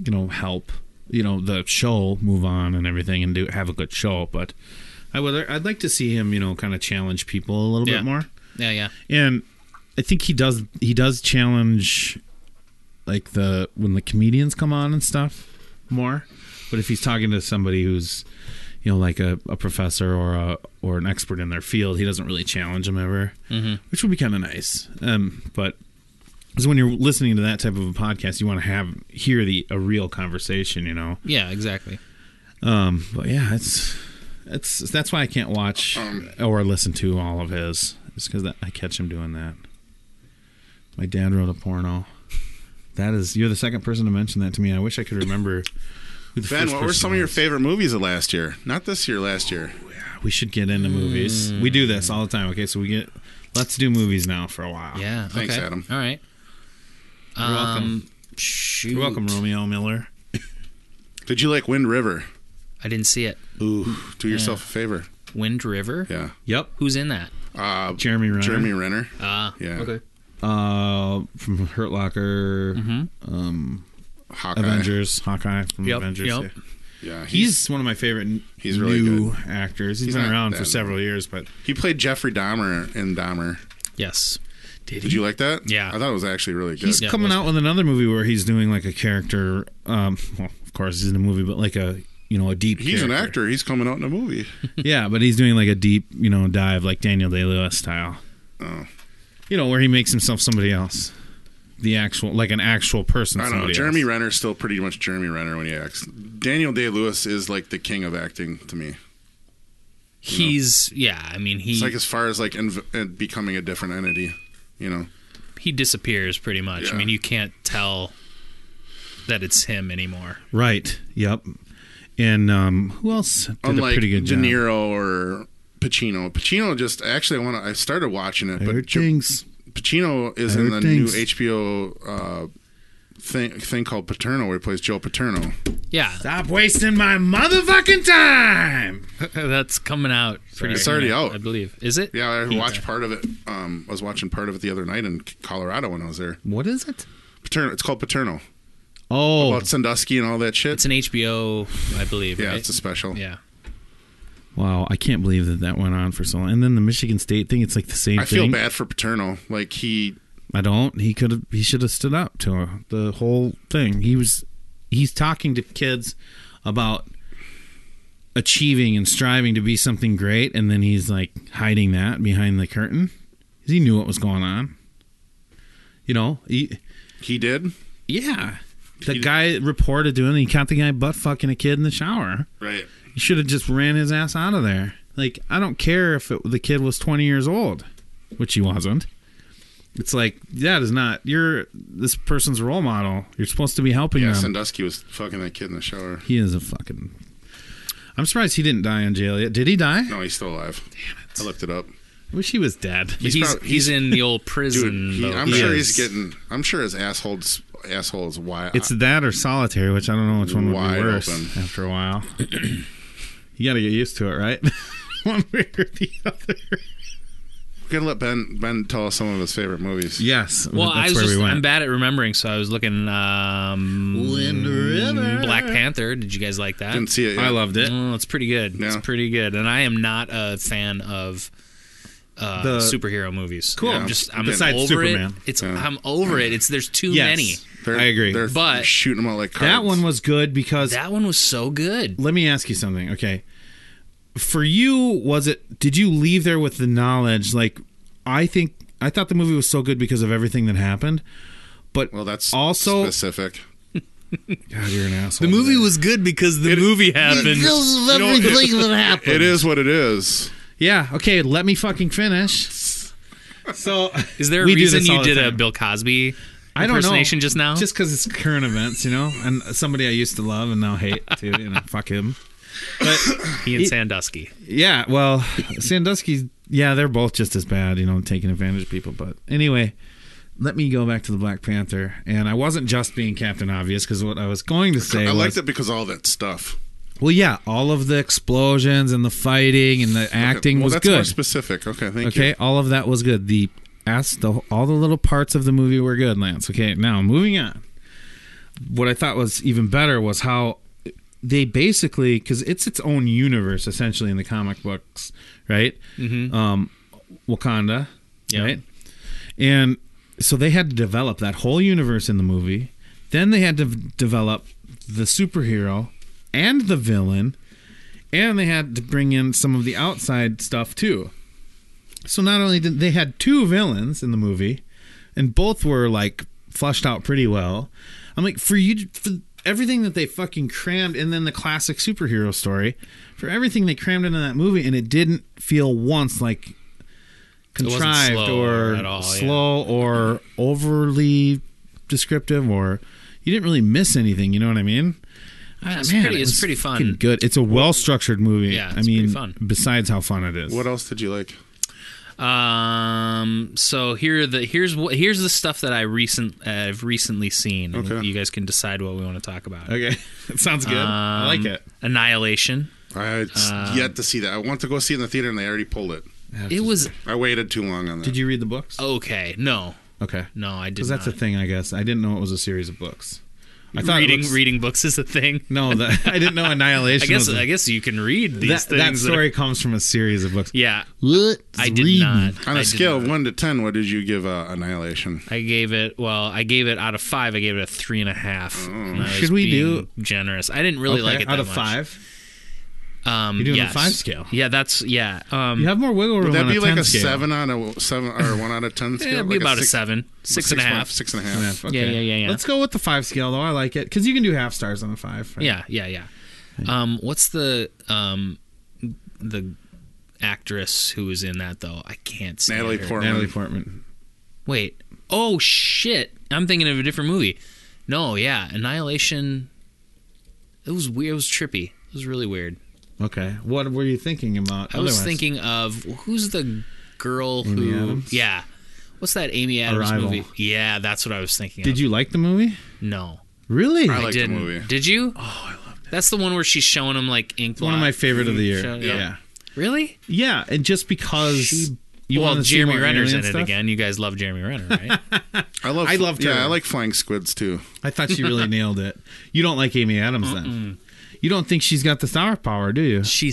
you know, help, you know, the show move on and everything, and do have a good show. But I would, I'd like to see him, you know, kind of challenge people a little Yeah. bit more. Yeah, yeah. And I think he does, he does challenge, like the when the comedians come on and stuff more. But if he's talking to somebody who's you know, like a, a professor or a or an expert in their field. He doesn't really challenge them ever, which would be kind of nice. Um, but because when you're listening to that type of a podcast, you want to have hear the a real conversation, you know. Yeah, exactly. Um, but yeah, it's it's that's why I can't watch or listen to all of his, just because I catch him doing that. My dad wrote a porno. That is, you're the second person to mention that to me. I wish I could remember. Who the Ben, first what were person some of your was. favorite movies of last year? Not this year, last year. We should get into movies. We do this all the time. Okay, so we get let's do movies now for a while. Yeah. Thanks, okay. Adam. All right. Um, You're welcome. Shoot. You're welcome, Romeo Miller. Did you like Wind River? I didn't see it. Ooh, do yourself a favor. Wind River. Yeah. Yep. Who's in that? Uh, Jeremy Renner. Jeremy Renner. Ah. Yeah. Okay. Uh from Hurt Locker, Um, Hawkeye. Avengers, Hawkeye from Mm-hmm. Yep, Avengers. yep. yeah. Yeah. He, He's one of my favorite n- He's really new actors. He's he's been not around for bad. several years, but he played Jeffrey Dahmer in Dahmer. Yes. Did Did you like that? Yeah. I thought it was actually really good. he's Yeah, coming most- out with another movie where he's doing like a character. Um, well, of course he's in a movie, but like a you know a deep. He's an character. actor. He's coming out in a movie. yeah, but he's doing like a deep you know dive like Daniel Day Lewis style. Oh. you know, where he makes himself somebody else. The actual, like an actual person. I don't know. somebody Jeremy else. Renner's still pretty much Jeremy Renner when he acts. Daniel Day Lewis is like the king of acting to me. He's yeah. I mean he It's like as far as like inv- uh, becoming a different entity, you know. he disappears pretty much. Yeah. I mean you can't tell that it's him anymore. Right. Yep. And um, who else did a Unlike pretty good De job? Niro or Pacino. Pacino just actually I want to. I started watching it, I but heard Jer- things. Pacino is I in the heard new things. HBO uh, thing thing called Paterno, where he plays Joe Paterno. Yeah. Stop wasting my motherfucking time. That's coming out pretty It's soon, already I- out. I believe. Is it? Yeah, I Yeah. watched part of it. Um, I was watching part of it the other night in Colorado when I was there. What is it? Paterno. It's called Paterno. Oh, About Sandusky and all that shit. It's an HBO, I believe. yeah, right? it's a special. yeah. wow! I can't believe that that went on for so long. And then the Michigan State thing. It's like the same I thing. feel bad for Paterno. Like he I don't. He could have. He should have stood up to her. the whole thing. He was. He's talking to kids about achieving and striving to be something great, and then he's like hiding that behind the curtain. 'Cause He knew what was going on. You know. He, he did yeah. The guy reported to him. He caught the guy butt fucking a kid in the shower. right. He should have just ran his ass out of there. Like I don't care if it, the kid was 20 years old, which he wasn't. It's like that is not you're this person's role model. You're supposed to be helping Yeah, them. Sandusky was fucking that kid in the shower. he is a fucking. I'm surprised he didn't die in jail yet. Did he die? No, he's still alive. Damn it! I looked it up. I wish he was dead. He's He's he's, prob- in the old prison. Dude, he, though. I'm He sure is. he's getting. I'm sure his asshole's asshole's wide. It's that or solitary, which I don't know which one would Wide be worse open. after a while. [clears throat] you got to get used to it, right? [laughs] one way or the other. we gotta let Ben Ben tell us some of his favorite movies. Yes. well, that's I was where just, we went. I'm bad at remembering, so I was looking. Um, Black Panther. Did you guys like that? didn't see it. Yet. I loved it. Oh, it's pretty good. Yeah. It's pretty good, and I am not a fan of uh, The- superhero movies. Cool. I'm just I'm Besides over Superman. it. It's I'm over it. It's there's too many. They're- I agree. They're But- shooting them out like cards. That one was good because That one was so good. let me ask you something. Okay. For you, was it did you leave there with the knowledge like I think I thought the movie was so good because of everything that happened. But Well, that's also specific. God, you're an asshole. The movie was good because the movie happened. It is what it is. Yeah, okay, let me fucking finish. So Is there a we do reason this you all the did a time. Bill Cosby [laughs] I don't know. impersonation just now? Just because it's current events, you know, and somebody I used to love and now hate too, you know, fuck him. he and Sandusky. Yeah, well, Sandusky's. Yeah, they're both just as bad, you know, taking advantage of people. But anyway, let me go back to the Black Panther, and I wasn't just being Captain Obvious because what I was going to say I was, liked it because all that stuff. well, yeah, all of the explosions and the fighting and the acting well, was that's good. more specific. Okay, thank you. okay, all of that was good. The ass, the all the little parts of the movie were good, Lance. Okay, now moving on. What I thought was even better was how they basically because it's its own universe essentially in the comic books, right? Mm-hmm. Um, Wakanda, right? And so they had to develop that whole universe in the movie. Then they had to v- develop the superhero and the villain, and they had to bring in some of the outside stuff too. So not only did they had two villains in the movie, and both were like flushed out pretty well. I'm like, for you, for everything that they fucking crammed, and then the classic superhero story, for everything they crammed into that movie, and it didn't feel once like wasn't contrived slow or at all, yeah. slow or overly descriptive, or you didn't really miss anything. You know what I mean? Ah, It's man, pretty- it it's was pretty fun. fucking Good. It's a well structured movie. I Yeah, it's pretty mean, fun. besides how fun it is. What else did you like? Um. So here are the here's what here's the stuff that I recent uh, have recently seen. and Okay. You guys can decide what we want to talk about. Okay, [laughs] it sounds good. I like Um, it. Annihilation. I had s- Uh, yet to see that. I want to go see it in the theater, and they already pulled it. It was I waited too long on that. Did you read the books? okay. No, okay. oh, no, I did Because not. that's a thing, I guess. I didn't know it was a series of books. I thought it reading looks- reading books is a thing. No, that, [laughs] I didn't know Annihilation. I guess was a- I guess you can read these that, things. that are- story comes from a series of [laughs] books. yeah, Let's I did read. not. on I a did scale not. of one to ten, what did you give uh, Annihilation? I gave it well. I gave it out of five. I gave it a three and a half. and I was Mm. Should we being generous? I didn't really Okay, like it out that of much. five. Um, You're doing a yes. five scale. Yeah, that's yeah. Um, You have more wiggle room. Would that on be a like 10 a scale. seven on a seven or one out of [laughs] ten scale? yeah, it'd be Like about a, six- seven, six and a six point- half. six and a half. Yeah, fuck Yeah, it. yeah, yeah, yeah. Let's go with the five scale though. I like it because you can do half stars on a five. right? Yeah, yeah, yeah. Um, what's the um, the actress who was in that though? I can't stand Natalie her. Portman. Natalie Portman. Wait. Oh shit! I'm thinking of a different movie. No, yeah, Annihilation. It was weird. It was trippy. It was really weird. Okay. What were you thinking about? I was otherwise? thinking of who's the girl Amy who? Adams? Yeah. What's that Amy Adams Arrival. movie? Yeah, that's what I was thinking. Did you like the movie? No. Really? I like the didn't. movie. Did you? Oh, I love that. That's the one where she's showing him like ink. One of my favorite of the year. Show- yeah. Yeah. Really? Yeah, and just because She- you well, want Jeremy see more Renner's in alien it stuff? again. You guys love Jeremy Renner, [laughs] right? I love. I loved her. Yeah, I like flying squids too. I thought [laughs] she really nailed it. You don't like Amy Adams then. You don't think she's got the star power, do you? she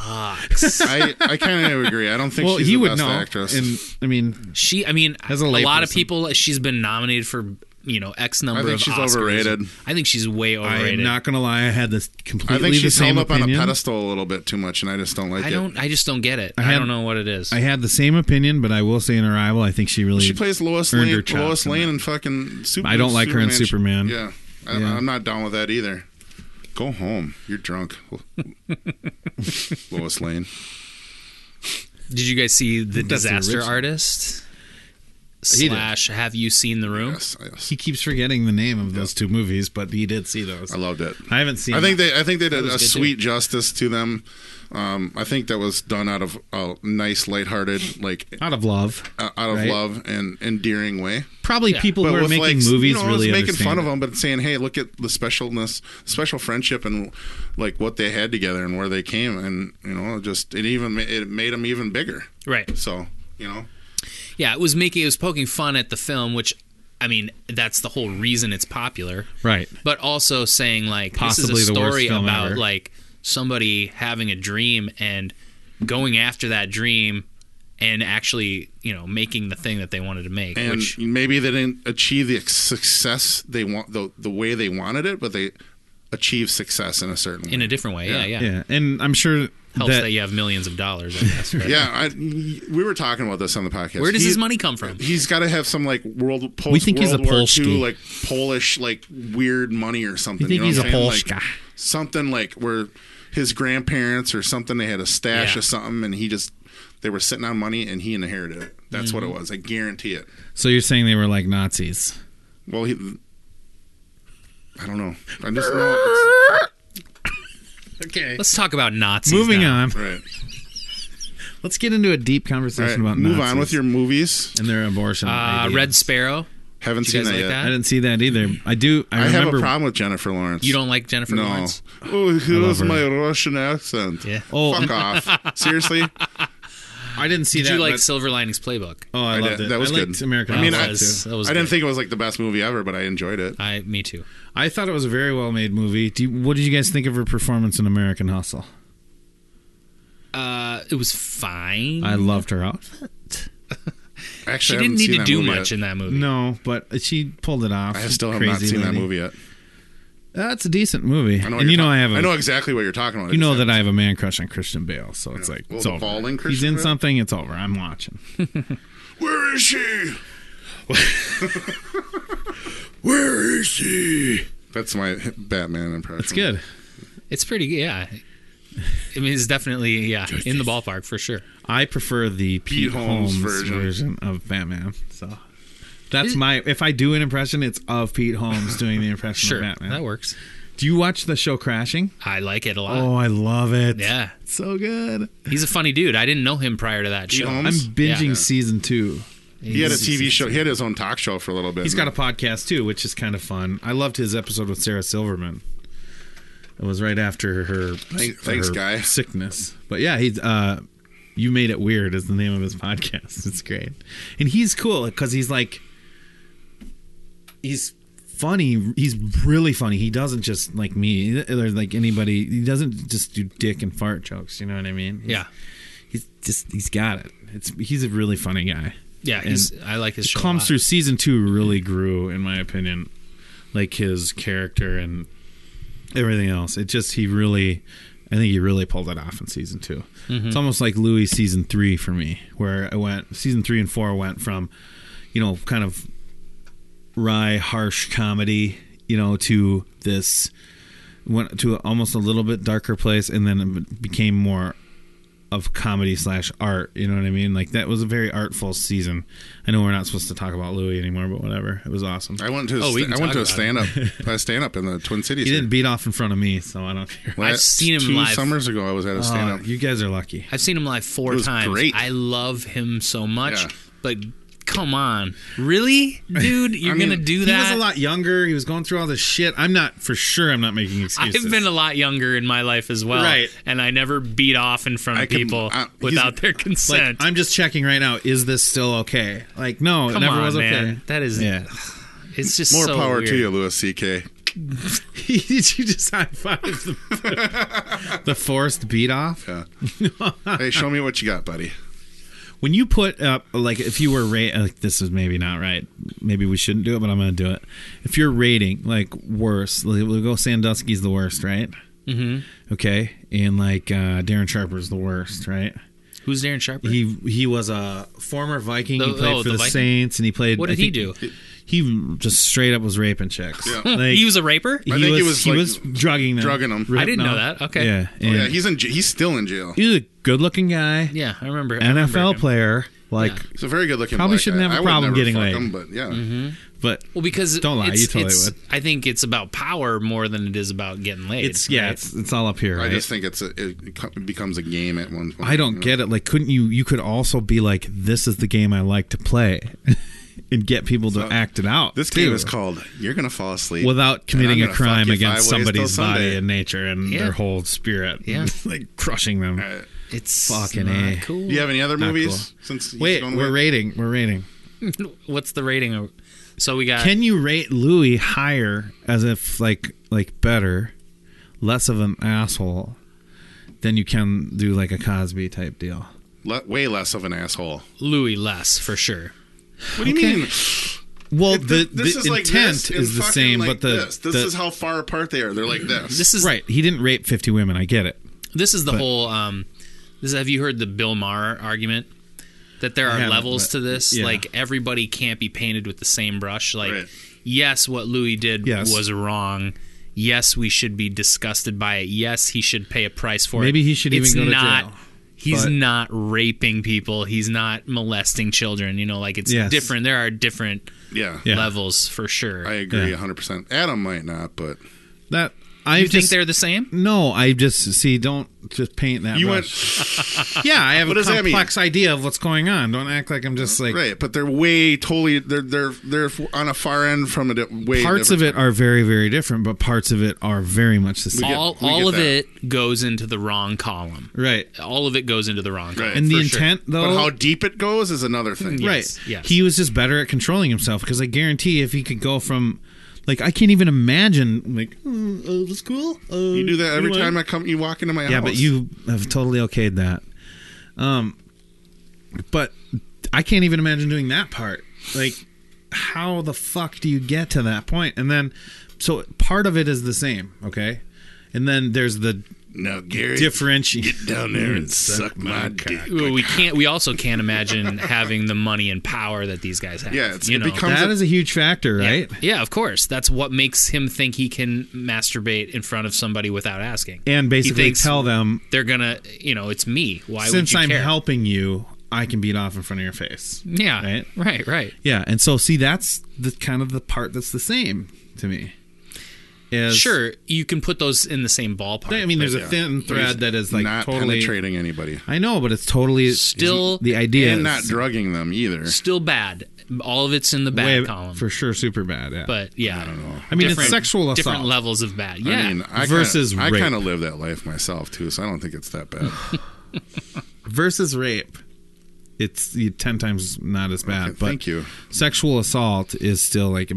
sucks. I, I kind [laughs] of agree. I don't think Well, she's you the would best know. actress. And I mean, [laughs] She, I mean, As a a, lot of layperson. people, she's been nominated for you know X number. I think of she's Oscars. overrated. I think she's way overrated. I'm not gonna lie. I had this completely I think the she's same held up on opinion. a pedestal a little bit too much, and I just don't like I it. don't. I just don't get it. I, had- don't know what it is. I had the same opinion, but I will say in Arrival, I think she really. She plays Lois earned her Lane. chops Lois in Lane and fucking Superman. I don't like her in Superman. Yeah, I, Yeah. I'm not down with that either. Go home. You're [laughs] drunk. Lois Lane. Did you guys see the that's the Disaster original. Artist? He did. Slash, have you seen the room? Yes, yes. He keeps forgetting the name of those two movies, but he did see those. I loved it. I haven't seen. I think they I think they did was a good, sweet justice to them. Um, I think that was done out of a nice, lighthearted, like out of love. uh, out of Right. love and endearing way. Probably Yeah. people who are with, making like, movies you know, really it's making understand fun it. of them, but saying, "Hey, look at the specialness, special friendship, and like what they had together and where they came, and you know, just it even ma- it made them even bigger." Right. So you know, Yeah, it was making it was poking fun at the film, which I mean, that's the whole reason it's popular. Right. But also saying like Possibly this is the a worst story film about ever. like somebody having a dream and going after that dream and actually, you know, making the thing that they wanted to make, and which maybe they didn't achieve the success they want the the way they wanted it, but they achieved success in a certain in way. a different way. Yeah, yeah. Yeah, and I'm sure Helps that, that you have millions of dollars, I guess. [laughs] but- yeah, I, we were talking about this on the podcast. Where does He- his money come from? He's got to have some like world post think he's World a War Polski. II like Polish like weird money or something. You think know he's what a I'm saying? Like, Polska. something like where his grandparents or something they had a stash Yeah. or something, and he just They were sitting on money, and he inherited it. That's what it Mm. was. I guarantee it. So you're saying they were like Nazis? Well, he. I don't know. I just know. Okay. Let's talk about Nazis. Moving now. on. It's, right. Let's get into a deep All conversation right. about Move on Nazis with your movies. and their abortion. Uh, ideas. Red Sparrow. Haven't Do seen you guys that like yet. that? I didn't see that either. I do. I, I have remember. a problem with Jennifer Lawrence. You don't like Jennifer No. Lawrence? Oh, here's her. my Russian accent. Yeah. Oh, Fuck [laughs] off. Seriously? I didn't see Did that. you like but- Silver Linings Playbook? oh, I, I loved did. it. That was I liked good. American I mean, Idol I, That too. was- that was I didn't good. think it was like the best movie ever, but I enjoyed it. I, me too. I thought it was a very well made movie. Do you, what did you guys think of her performance in American Hustle? Uh, it was fine. I loved her outfit. Actually, she I haven't didn't need seen to that do movie much Yet. in that movie. No, but she pulled it off. I still have Crazy not seen that lady. movie yet. That's a decent movie. I know what and you're you know talk- I have a I know exactly what you're talking about. you know It's- that I have a man crush on Christian Bale, so it's like Well, it's the over. balding He's Christian in Bale? something, it's over. I'm watching. Where is [laughs] she? Where is she? That's my Batman impression. It's good. It's pretty good. Yeah. I mean, it's definitely yeah in the ballpark for sure. I prefer the Pete, Holmes, Holmes version. version of Batman. So that's my if I do an impression, it's of Pete Holmes doing the impression [laughs] Sure, of Batman. that works. Do you watch the show Crashing? I like it a lot. Oh, I love it. Yeah, It's so good. he's a funny dude. I didn't know him prior to that Pete show. I'm Holmes. binging Yeah. season two. he had a TV show. He had his own talk show for a little bit. He's got a podcast too, which is kind of fun. I loved his episode with Sarah Silverman. It was right after her, thanks, her guy. sickness. But yeah, he's uh you made it weird is the name of his [laughs] podcast. It's great. And he's cool cuz he's like he's funny. He's really funny. He doesn't just like me or like anybody. He doesn't just do dick and fart jokes, you know what I mean? Yeah, He's just he's got it. It's he's a really funny guy yeah. He's, I like his show. a comes lot. through season two really grew in my opinion like his character and everything else it just he really i think he really pulled it off in season 2 it's almost like louis season three for me where i went season three and four went from you know kind of wry harsh comedy you know to this went to almost a little bit darker place and then it became more of comedy slash art. You know what I mean? Like that was a very artful season. I know we're not supposed to talk about Louis anymore, but whatever. It was awesome. I went to. A Oh, we sta- can I went talk to a about it. stand up. [laughs] a stand up in the Twin Cities. He here. didn't beat off in front of me, so I don't care. Well, I've seen him two live. summers ago. I was at a stand Uh, up. you guys are lucky. I've seen him live four It was times. great. I love him so much. Yeah. But come on, really, dude? You're I mean, gonna do He was that? a lot younger. He was going through all this shit. I'm not for sure. I'm not making excuses. I've been a lot younger in my life as well, Right. And I never beat off in front of I can- people I- he's- without their like, consent. I'm just checking right now. Is this still okay? Like, no, it Come never on, was okay. man. That is, Yeah. it's just More so power weird. to you, Louis C.K. [laughs] Did you just high five the, the forced beat off? [laughs] Yeah. hey, show me what you got, buddy. Oh, when you put up like if you were rate like this is maybe not right maybe we shouldn't do it but i'm gonna do it if you're rating like worst like, we'll go sandusky's the worst right mm-hmm. okay and like uh darren sharper's the worst right Who's Darren Sharper? he he was a former viking he The- played oh, for the the, Viking. saints and he played What I did he think- do? he just straight up was raping chicks Yeah. like, He was a raper. he I think he was, was, he like, was drugging them drugging them. I ripping didn't know them. that. Okay. yeah Oh, yeah, and he's in. j- He's still in jail. he's a good looking guy Yeah, I remember. I remember nfl him. player like Yeah. He's a very good looking. Probably black shouldn't guy. have a I would problem never getting fuck laid. Mm-hmm. him, but yeah, but Well, because Don't lie, it's- you totally it's- would. I think it's about power more than it is about getting laid. it's yeah right? it's, it's all up here I right? just think it's a, it co- becomes a game at one point. I don't get it. Like, couldn't you? You could also be like, "This is the game I like to play," [laughs] and get people to act it out. This too, game is called "You're Gonna Fall Asleep" without committing I'm a gonna fuck crime you against five ways till somebody's body Sunday. and nature and Yeah. their whole spirit. Yeah. [laughs] like crushing them. Uh, it's Fucking not A. cool. Do you have any other Not movies? cool. Since he's Wait, going we're with- rating. We're rating. [laughs] What's the rating? of- So we got Can you rate Louis higher as if like like better, less of an asshole, than you can do like a Cosby type deal? le- way less of an asshole. Louis less for sure. What do you mean? Well, the, This the is like intent this and is the fucking same, like but the this, This the- is how far apart they are. They're like this. This is right. He didn't rape fifty women. I get it. This is the whole. Um, this have you heard the Bill Maher argument that there are haven't, levels but- to this? yeah. Like everybody can't be painted with the same brush. Like, Right. yes, what Louis did Yes. was wrong. Yes, we should be disgusted by it. Yes, he should pay a price for it. Maybe he should It's even go to not, jail. He's But- not raping people. He's not molesting children. You know, like it's Yes. different. There are different Yeah. Yeah. levels for sure. I agree 100%. Adam might not, but That I you think just, they're the same? No, I just see. Don't just paint that. you brush. went [laughs] yeah, I [laughs] have What a does that mean? complex idea of what's going on. Don't act like I'm just like right, but they're way totally they're they're they're on a far end from a di- way parts of it are very very different, but parts of it are very much the same. get- all we get all of that. it goes into the wrong column. Right. All of it goes into the wrong column. Right. And the for sure. intent But though how deep it goes is another thing. Yes, right. yes. He was just better at controlling himself because I guarantee if he could go from like I can't even imagine like "Mm, uh, this cool. Uh, You do that every time I come you walk into my house. Yeah, but you have totally okayed that. Um, but I can't even imagine doing that part. Like, how the fuck do you get to that point? And then, so part of it is the same, okay? And then there's the No, Gary. differentiate. Get down [laughs] there and suck my dick. Well, we can't. We also can't imagine [laughs] having the money and power that these guys have. Yeah, it's, you it know? becomes That a- is a huge factor, right? Yeah, of course. That's what makes him think he can masturbate in front of somebody without asking. And basically He thinks- tell them They're gonna, you know, it's me. Why would since you I'm care? helping you, I can beat off in front of your face. Yeah, Right? right, right, right. Yeah, and so see, that's the kind of the part that's the same to me. Is, Sure, you can put those in the same ballpark. I mean, there's a Yeah. thin thread that is like not totally penetrating anybody I know, but it's totally Still- the idea and is not drugging them either. still bad. All of it's in the bad way- column. for sure super bad. Yeah. but yeah, I don't know. I mean, it's sexual Different assault. levels of bad. Yeah, I mean, I Versus kinda, I rape. kind of live that life myself too, so I don't think it's that bad. versus rape, it's you- ten times not as bad. Okay, but thank you. Sexual assault is still like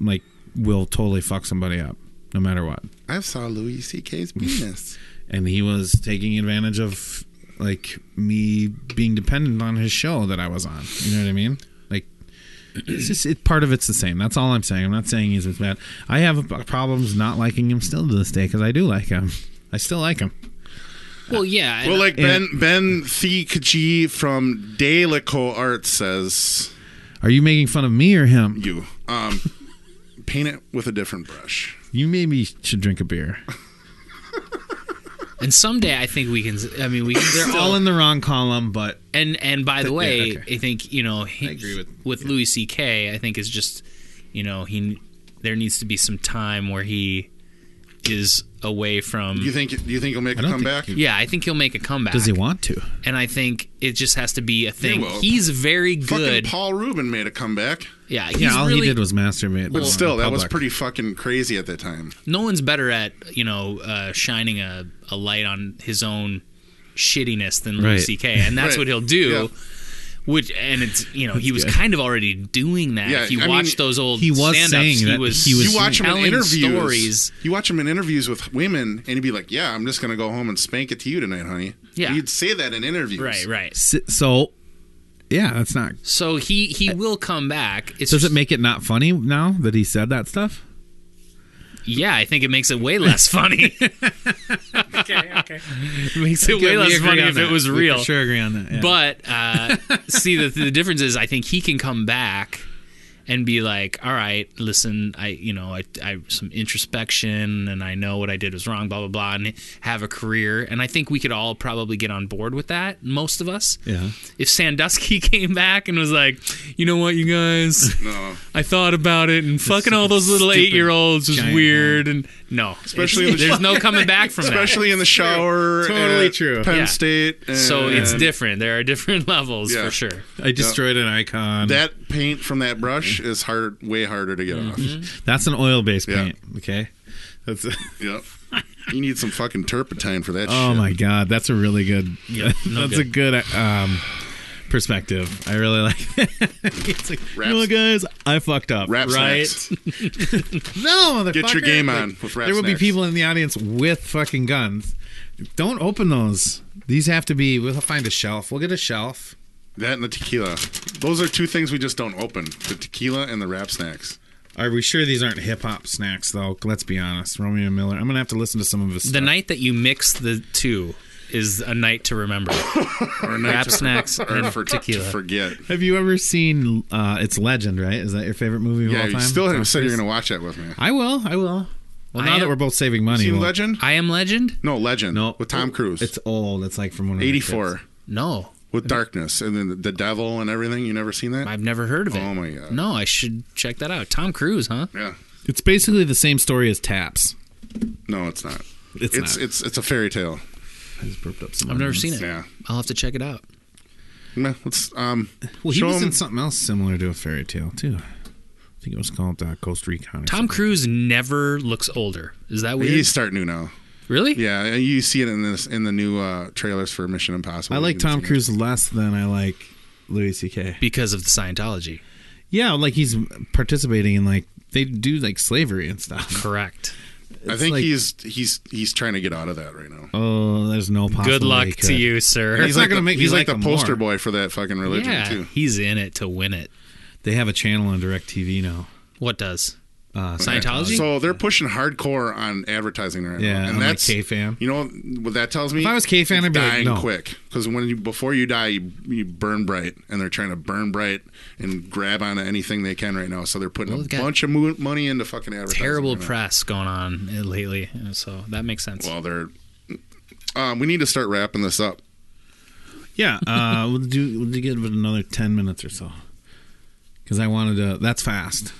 like will totally fuck somebody up no matter what. I saw Louis C.K.'s penis. And he was taking advantage of like me being dependent on his show that I was on. You know what I mean? Like it's just it, part of it's the same. That's all I'm saying. I'm not saying he's as bad. I have problems not liking him still to this day because I do like him. I still like him. well, yeah. well, and- like Ben Ben Thikji from Dalico Art says, Are you making fun of me or him? you um, [laughs] paint it with a different brush. You maybe should drink a beer. and someday I think we can. I [laughs] mean, we can. They're all in the wrong column, but And and by the way, okay. I think you know he, I agree with- Louis C.K. I think is just you know he there needs to be some time where he is away from. Do you think do you think he'll make a don't think comeback? yeah, I think he'll make a comeback. does he want to? And I think it just has to be a thing. will. He's very Fucking good. Paul Rubin made a comeback. yeah, he's Yeah, all really, he did was masturbate. But in still, that was public. pretty fucking crazy at that time. no one's better at you know uh, shining a, a light on his own shittiness than Right. Louis C.K. and that's Right. what he'll do. Which and it's you know he was kind of already doing that. Yeah, if you I mean, watch those old he was stand-ups, saying he that was he was You watch him in telling interviews. stories. You watch him in interviews with women, and he'd be like, "Yeah, I'm just gonna go home and spank it to you tonight, honey." Yeah. he'd say that in interviews. Right, right. S- So, yeah, that's not. So he he will come back. It's Does just, it make it not funny now that he said that stuff? Yeah, I think it makes it way less [laughs] funny. okay, okay. It makes it way [laughs] We less agree funny on if that. it was We for real. sure agree on that. yeah. But uh, see, the, the difference is, I think he can come back and be like, "All right, listen, I, you know, I, I some introspection, and I know what I did was wrong, blah blah blah, and have a career." And I think we could all probably get on board with that, most of us. Yeah. If Sandusky [laughs] came back and was like, "You know what, you guys." No, I thought about it, and fucking all those little stupid eight-year-olds was giant weird, and no, Especially It's- in the- [laughs] there's no coming back from that. especially in the shower. Totally at true. Penn Yeah. State. So it's and different. There are different [laughs] levels Yeah. for sure. I destroyed an icon. That paint from that brush is hard, way harder to get off. That's an oil-based Yeah. paint. Okay. That's. Yep. You need some fucking turpentine for that. [laughs] [laughs] oh shit. my god, that's a really good. [laughs] no that's a good um, perspective. I really like. [laughs] That. it's like, you know what, guys? I fucked up. Rap right? snacks. No, motherfucker. Get your game Like, on with rap There will be snacks. people in the audience with fucking guns. Don't open those. These have to be. We'll find a shelf. We'll get a shelf. That and the tequila. Those are two things we just don't open: the tequila and the wrap snacks. Are we sure these aren't hip hop snacks though? Let's be honest. Romeo Miller. I'm gonna have to listen to some of his. The stuff. night that you mix the two is a night to remember. [laughs] Or not Wrap to- snacks or and for, tequila. To forget. Have you ever seen? Uh, it's Legend, right? Is that your favorite movie of Yeah, all you time? still haven't Tom said you're Cruise? gonna watch that with me. I will. I will. Well, I now that am- we're both saving money, Seen we'll- Legend? I am Legend. No, Legend. No, with Tom Cruise. It's old. It's like from when we were eighty four. kids. No, with darkness and then the- the devil and everything. You never seen that? I've never heard of it. Oh my God. No, I should check that out. Tom Cruise, huh? yeah. It's basically the same story as Taps. No, it's not. It's, It's not. it's it's a fairy tale. I just burped up some. I've never seen it. Mm, Yeah. I'll have to check it out. No, Let's um. Well, he show was 'em- in something else similar to a fairy tale too. I think it was called uh, Coast Recon. or Tom Cruise never looks older. Is that weird? You start new now. really? Yeah, and you see it in this in the new uh, trailers for Mission Impossible. I like You've Tom seen it. Cruise less than I like Louis C.K. Because of the Scientology. Yeah, like he's participating in like they do like slavery and stuff. [laughs] Correct. I think like- he's he's he's trying to get out of that right now. Oh, there's no possible. Good luck he to could. you, sir. He's not gonna the, make me he's like like the him poster more. boy for that fucking religion yeah, too. he's in it to win it. They have a channel on Directv now. What does? Uh, Scientology? So they're pushing hardcore on advertising right Yeah, now, I'm and like that's K-Fan. You know what that tells me? If I was K-Fan, it's I'd be like, dying no. quick because when you before you die, you, you burn bright, and they're trying to burn bright and grab onto anything they can right now. So they're putting Well, a they've got bunch of mo- money into fucking advertising. Terrible right now. press going on lately. So that makes sense. Well, they're. Um, we need to start wrapping this up. Yeah, uh, [laughs] we'll do we'll do- give it another ten minutes or so. Because I wanted to. That's fast.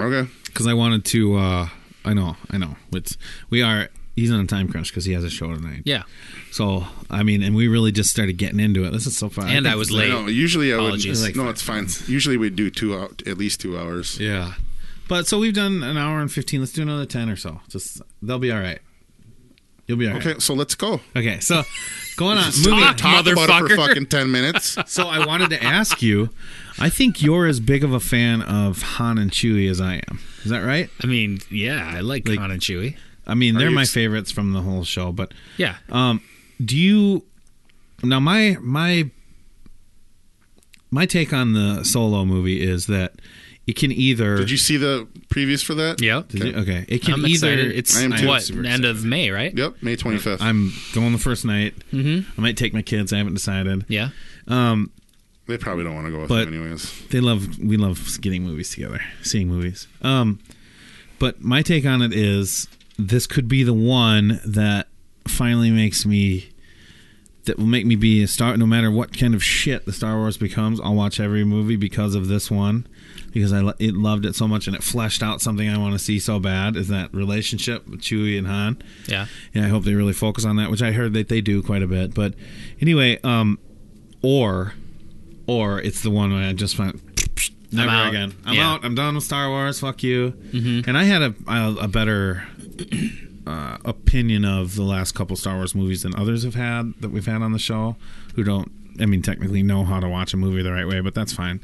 Okay. Because I wanted to. Uh, I know. I know. It's we are. He's on a time crunch because he has a show tonight. yeah. So I mean, and we really just started getting into it. This is so fun. And I was late. No, usually I would. Apologies. no, it's fine. Usually we do two out, at least two hours. Yeah. But so we've done an hour and fifteen. Let's do another ten or so. Just they'll be all right. You'll be all right. Okay, so let's go. Okay. So [laughs] going on. We Moving. talked about it for Ah, motherfucker. fucking ten [laughs] minutes. So I wanted to ask you. I think you're as big of a fan of Han and Chewie as I am. Is that right? I mean, yeah, I like, Han and Chewie. I mean, they're you my ex- favorites from the whole show. But Yeah. um, do you now? My my my take on the Solo movie is that it can either Did you see the previews for that? yeah. Did you- okay it can I'm either excited. It's I am too. what super end of May, right? Yep, May twenty fifth. I'm going the first night. Mm-hmm. I might take my kids. I haven't decided. Yeah. They probably don't want to go with But- him anyways. They love we love getting movies together, seeing movies. Um, but my take on it is this could be the one that finally makes me that will make me be a star. No matter what kind of shit the Star Wars becomes, I'll watch every movie because of this one because I lo- it loved it so much and it fleshed out something I want to see so bad. Is that relationship with Chewie and Han? Yeah. and I hope they really focus on that, which I heard that they do quite a bit. But anyway, um, or or it's the one where I just went never out. again. I'm Yeah. out. I'm done with Star Wars. Fuck you. Mm-hmm. And I had a a, a better. Uh, opinion of the last couple Star Wars movies than others have had that we've had on the show, who don't, I mean, technically know how to watch a movie the right way, but that's fine.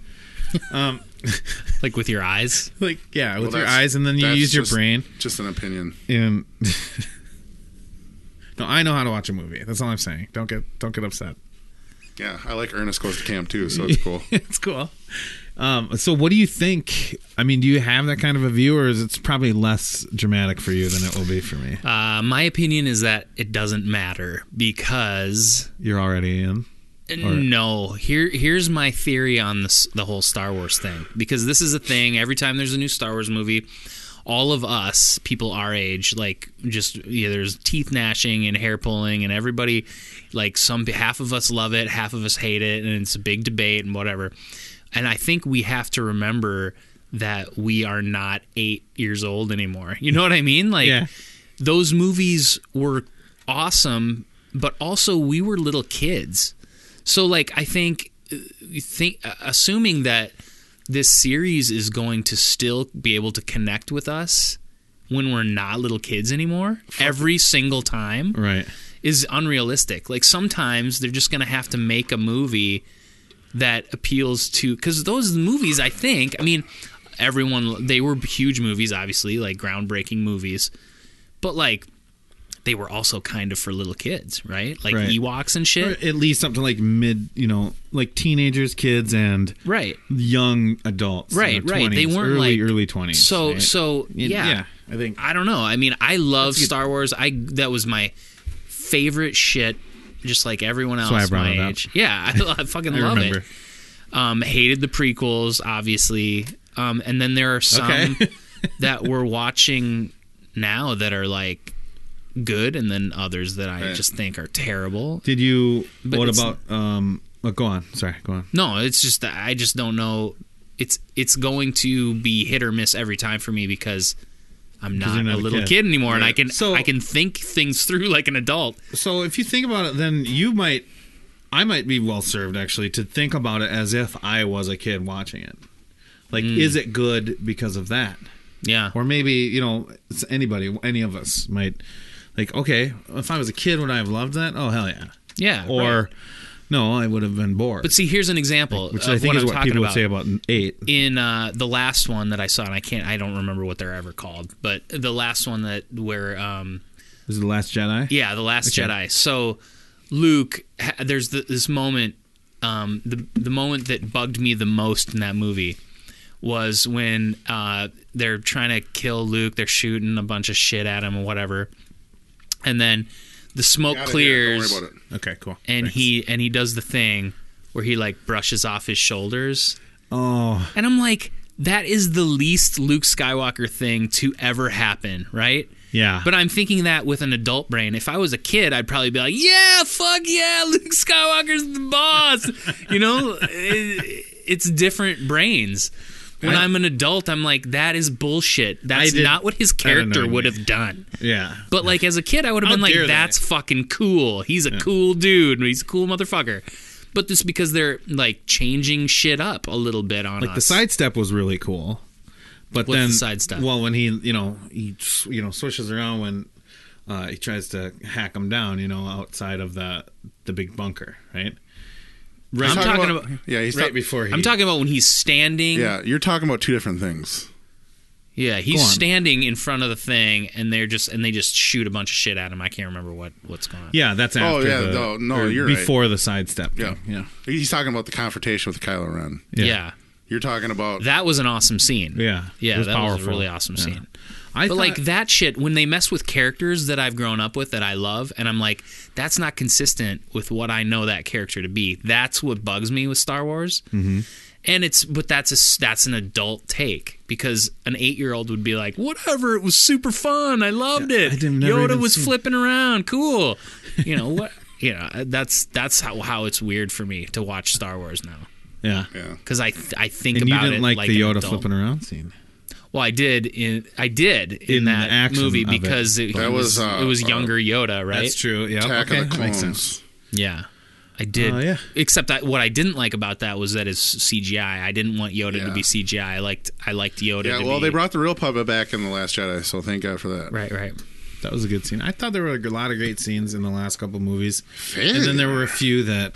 Like with your eyes. Like, yeah, with Well, your that's- eyes, and then you that's use your just- brain. Just an opinion. and [laughs] no, I know how to watch a movie. That's all I'm saying. Don't get don't get upset. [laughs] Yeah, I like Ernest goes to camp too, so it's cool. it's cool. Um, so, what do you think? I mean, do you have that kind of a view, or is it's probably less dramatic for you than it will be for me? Uh, my opinion is that it doesn't matter because You're already in. no. Here, here's my theory on this, the whole Star Wars thing. Because this is a thing. Every time there's a new Star Wars movie, all of us, people our age, like just yeah, there's teeth gnashing and hair pulling, and everybody, like some half of us love it, half of us hate it, and it's a big debate and whatever. And I think we have to remember that we are not eight years old anymore. You know what I mean? Like Yeah. those movies were awesome, but also we were little kids. So like I think uh, you think uh, assuming that this series is going to still be able to connect with us when we're not little kids anymore every single time Right. is unrealistic. Like sometimes they're just going to have to make a movie that appeals to cuz those movies I think, I mean everyone they were huge movies obviously, like groundbreaking movies. But like they were also kind of for little kids, right? Like Right. Ewoks and shit. Or at least up to like mid, you know, like teenagers, kids, and Right. young adults. in Right, their right. They 20s, weren't early, like- early twenties. So so yeah. I think I don't know. I mean, I love Star Wars. I that was my favorite shit just like everyone else why I brought my it up. age. Yeah, [laughs] I, I fucking I love remember. it. Um hated the prequels obviously. Um and [laughs] then there are some Okay. that we're watching now that are like good, and then others that I Right. just think are terrible. Did you? But what it's- about? Um, oh, go on. Sorry, go on. No, it's just that I just don't know. It's it's going to be hit or miss every time for me because I'm not, you're not a a little kid. kid, anymore, and I can So- I can think things through like an adult. So if you think about it, then you might, I might be well served actually to think about it as if I was a kid watching it. Like, Hmm. is it good because of that? Yeah, Or maybe you know it's anybody, any of us might like. Okay, if I was a kid, would I have loved that? Oh hell yeah! yeah. Or right. no, I would have been bored. but see, here's an example which of I think what is I'm what talking people about. would say about eight. in uh, the last one that I saw, and I can't, I don't remember what they're ever called, but the last one that where, um, This is the Last Jedi. yeah, the Last Okay. Jedi. So Luke, ha- there's th this moment, um, the the moment that bugged me the most in that movie was when uh, they're trying to kill Luke. They're shooting a bunch of shit at him or whatever, and then the smoke Outta here, clears Don't worry about it. Okay, cool. and he and he does the thing where he like brushes off his shoulders. Oh, And I'm like, that is the least Luke Skywalker thing to ever happen, right? yeah. But I'm thinking that with an adult brain. If I was a kid, I'd probably be like, yeah, fuck yeah, [laughs] Luke Skywalker's the boss. you know, it, it's different brains. When I'm an adult, I'm like, that is bullshit. That's did- not what his character know. would have done. yeah. But like as a kid, I would have How been like, dare they. "That's fucking cool. He's a cool dude. He's a cool motherfucker." But just because they're like changing shit up a little bit on like the us. sidestep was really cool. But What's then the sidestep? Well, when he you know he you know swishes around when uh, he tries to hack him down, you know, outside of the the big bunker, right? Right, I'm talking about. Yeah, he's right talk- before he. I'm talking about when he's standing. Yeah, you're talking about two different things. Yeah, he's Go on. standing in front of the thing, and they're just and they just shoot a bunch of shit at him. I can't remember what what's going on. Yeah, that's after. Oh, yeah, the, no, no, or you're right. before the sidestep. Yeah. thing, yeah, He's talking about the confrontation with Kylo Ren. Yeah. You're talking about that was an awesome scene. yeah, yeah, It was that powerful. was a really awesome Yeah. scene. I But thought, like that shit, when they mess with characters that I've grown up with that I love, and I'm like, that's not consistent with what I know that character to be. That's what bugs me with Star Wars. Mm-hmm. And it's but that's a s- that's an adult take because an eight year old would be like, whatever, it was super fun, I loved it. I didn't- never Yoda even was seen- flipping around, cool. You know what? [laughs] You know that's that's how how it's weird for me to watch Star Wars now yeah, yeah. because I th- I think and you about didn't it like, like the an Yoda adult. flipping around scene. Well, I did in I did in, In the that action movie of it. because it, That was, was, uh, it was uh, younger Yoda, right? That's true. Yeah, Attack okay, of the that makes sense. Clones. Yeah, I did. Oh, yeah. Except I, what I didn't like about that was that it's CGI. I didn't want Yoda to Yeah. be CGI. I liked I liked Yoda. Yeah, to well, be- they brought the real puppet back in the Last Jedi, so thank God for that. right, right. That was a good scene. I thought there were a lot of great scenes in the last couple movies, and then there were a few that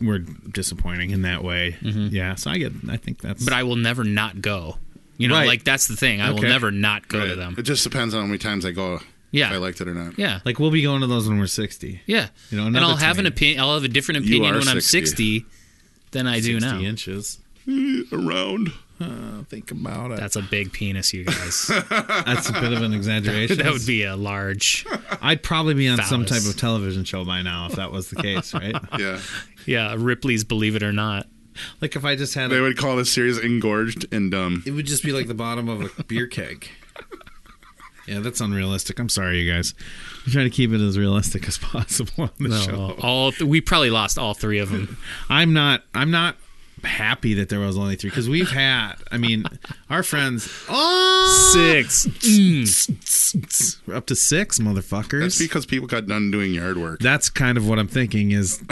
were disappointing in that way. Yeah, so I get. I think that's. Mm-hmm. But I will never not go. You know, Right. like that's the thing. I will Okay. never not go to Right. them. It just depends on how many times I go. Yeah. If I liked it or not. Yeah, like we'll be going to those when we're sixty. yeah. You know, and another I'll have an time. opinion. I'll have a different You opinion are when I'm 60. sixty than I 60 do now. inches. Around. Think about it. That's a big [laughs] penis, you guys. That's a bit [laughs] of an exaggeration. that would be a large. I'd probably be on some Phallus. type of television show by now if that was the case, right? [laughs] Yeah. Yeah, Ripley's Believe It or Not. like if I just had. They A, would call this series engorged and dumb. it would just be like the bottom of a beer [laughs] keg. Yeah, that's unrealistic. I'm sorry, you guys. I'm trying to keep it as realistic as possible on the show. Oh, all th- we probably lost all three [laughs] of them. I'm not. I'm not happy that there was only three because we've had. I mean, our friends. Oh, Six. we're up to [laughs] six motherfuckers. That's because people got done doing yard work. That's kind of what I'm thinking is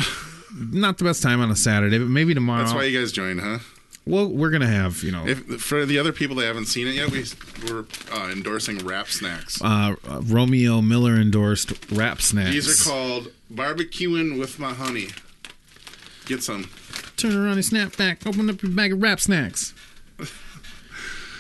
not the best time on a Saturday, but maybe tomorrow. That's why you guys joined, huh? well, we're gonna have you know If for the other people that haven't seen it yet, we we're uh, endorsing wrap snacks. uh, uh, Romeo Miller endorsed wrap snacks. These are called barbecuing with my honey. Get some. Turn around and snap back. Open up your bag of wrap snacks. See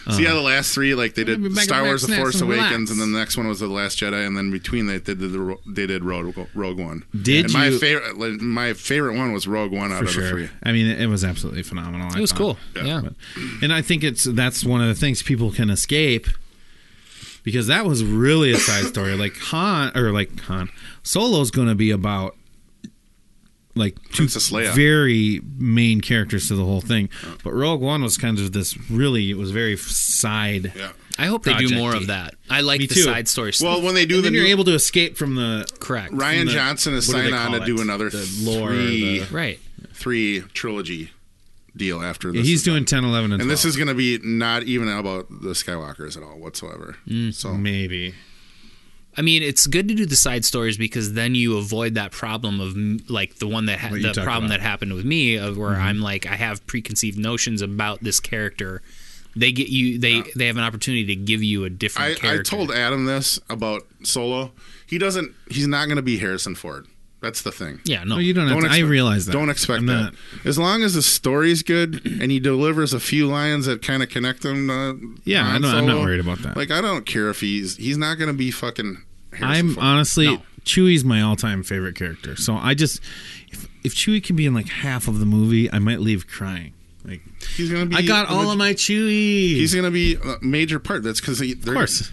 Uh-huh. how the last three, like they Maybe did make Star a Wars: The wrap snacks Force and relax. Awakens, and then the next one was the Last Jedi, and then between that they did the Ro- they did Rogue, Rogue One. Did and my you- favorite? like, my favorite one was Rogue One out For of the sure. three. I mean, it, it was absolutely phenomenal. I It was thought. cool. Yeah. Yeah. But- and I think it's that's one of the things people can escape because that was really a side story. Like Han or like Han Solo's going to be about like two Princess Leia. very main characters to the whole thing. But Rogue One was kind of this really it was very side. Yeah. I hope they do Project more D. of that. I like Me the too. side story. stuff. Well, when they do And the then you're new, able to escape from the correct. Ryan the- Johnson is what do they signed on to call it? do another The lore, three, the- Right. three trilogy deal after this. he's is done. doing 10, 11, and, and this 12. is going to be not even about the Skywalkers at all whatsoever. Mm, so maybe I mean, it's good to do the side stories because then you avoid that problem of m- like the one that ha- What you the talked problem about. Mm-hmm. that happened with me of where I'm like I have preconceived notions about this character. They get you. They they have an opportunity to give you a different I, I character. told Adam this about Solo. He doesn't. He's not going to be Harrison Ford. That's the thing. Yeah. No. No, you don't, have to, I expect- realize that. Don't expect I'm that. not- As long as the story's good and he delivers a few lines that kind of connect him. To Yeah, I Han know- I'm not Solo, worried about that. Like I don't care if he's he's not going to be fucking. Harrison I'm Ford. honestly No. Chewie's my all-time favorite character. So I just if if Chewie can be in like half of the movie, I might leave crying. Like He's gonna be. I got all of my Chewie. He's going to be a major part. That's because of of course.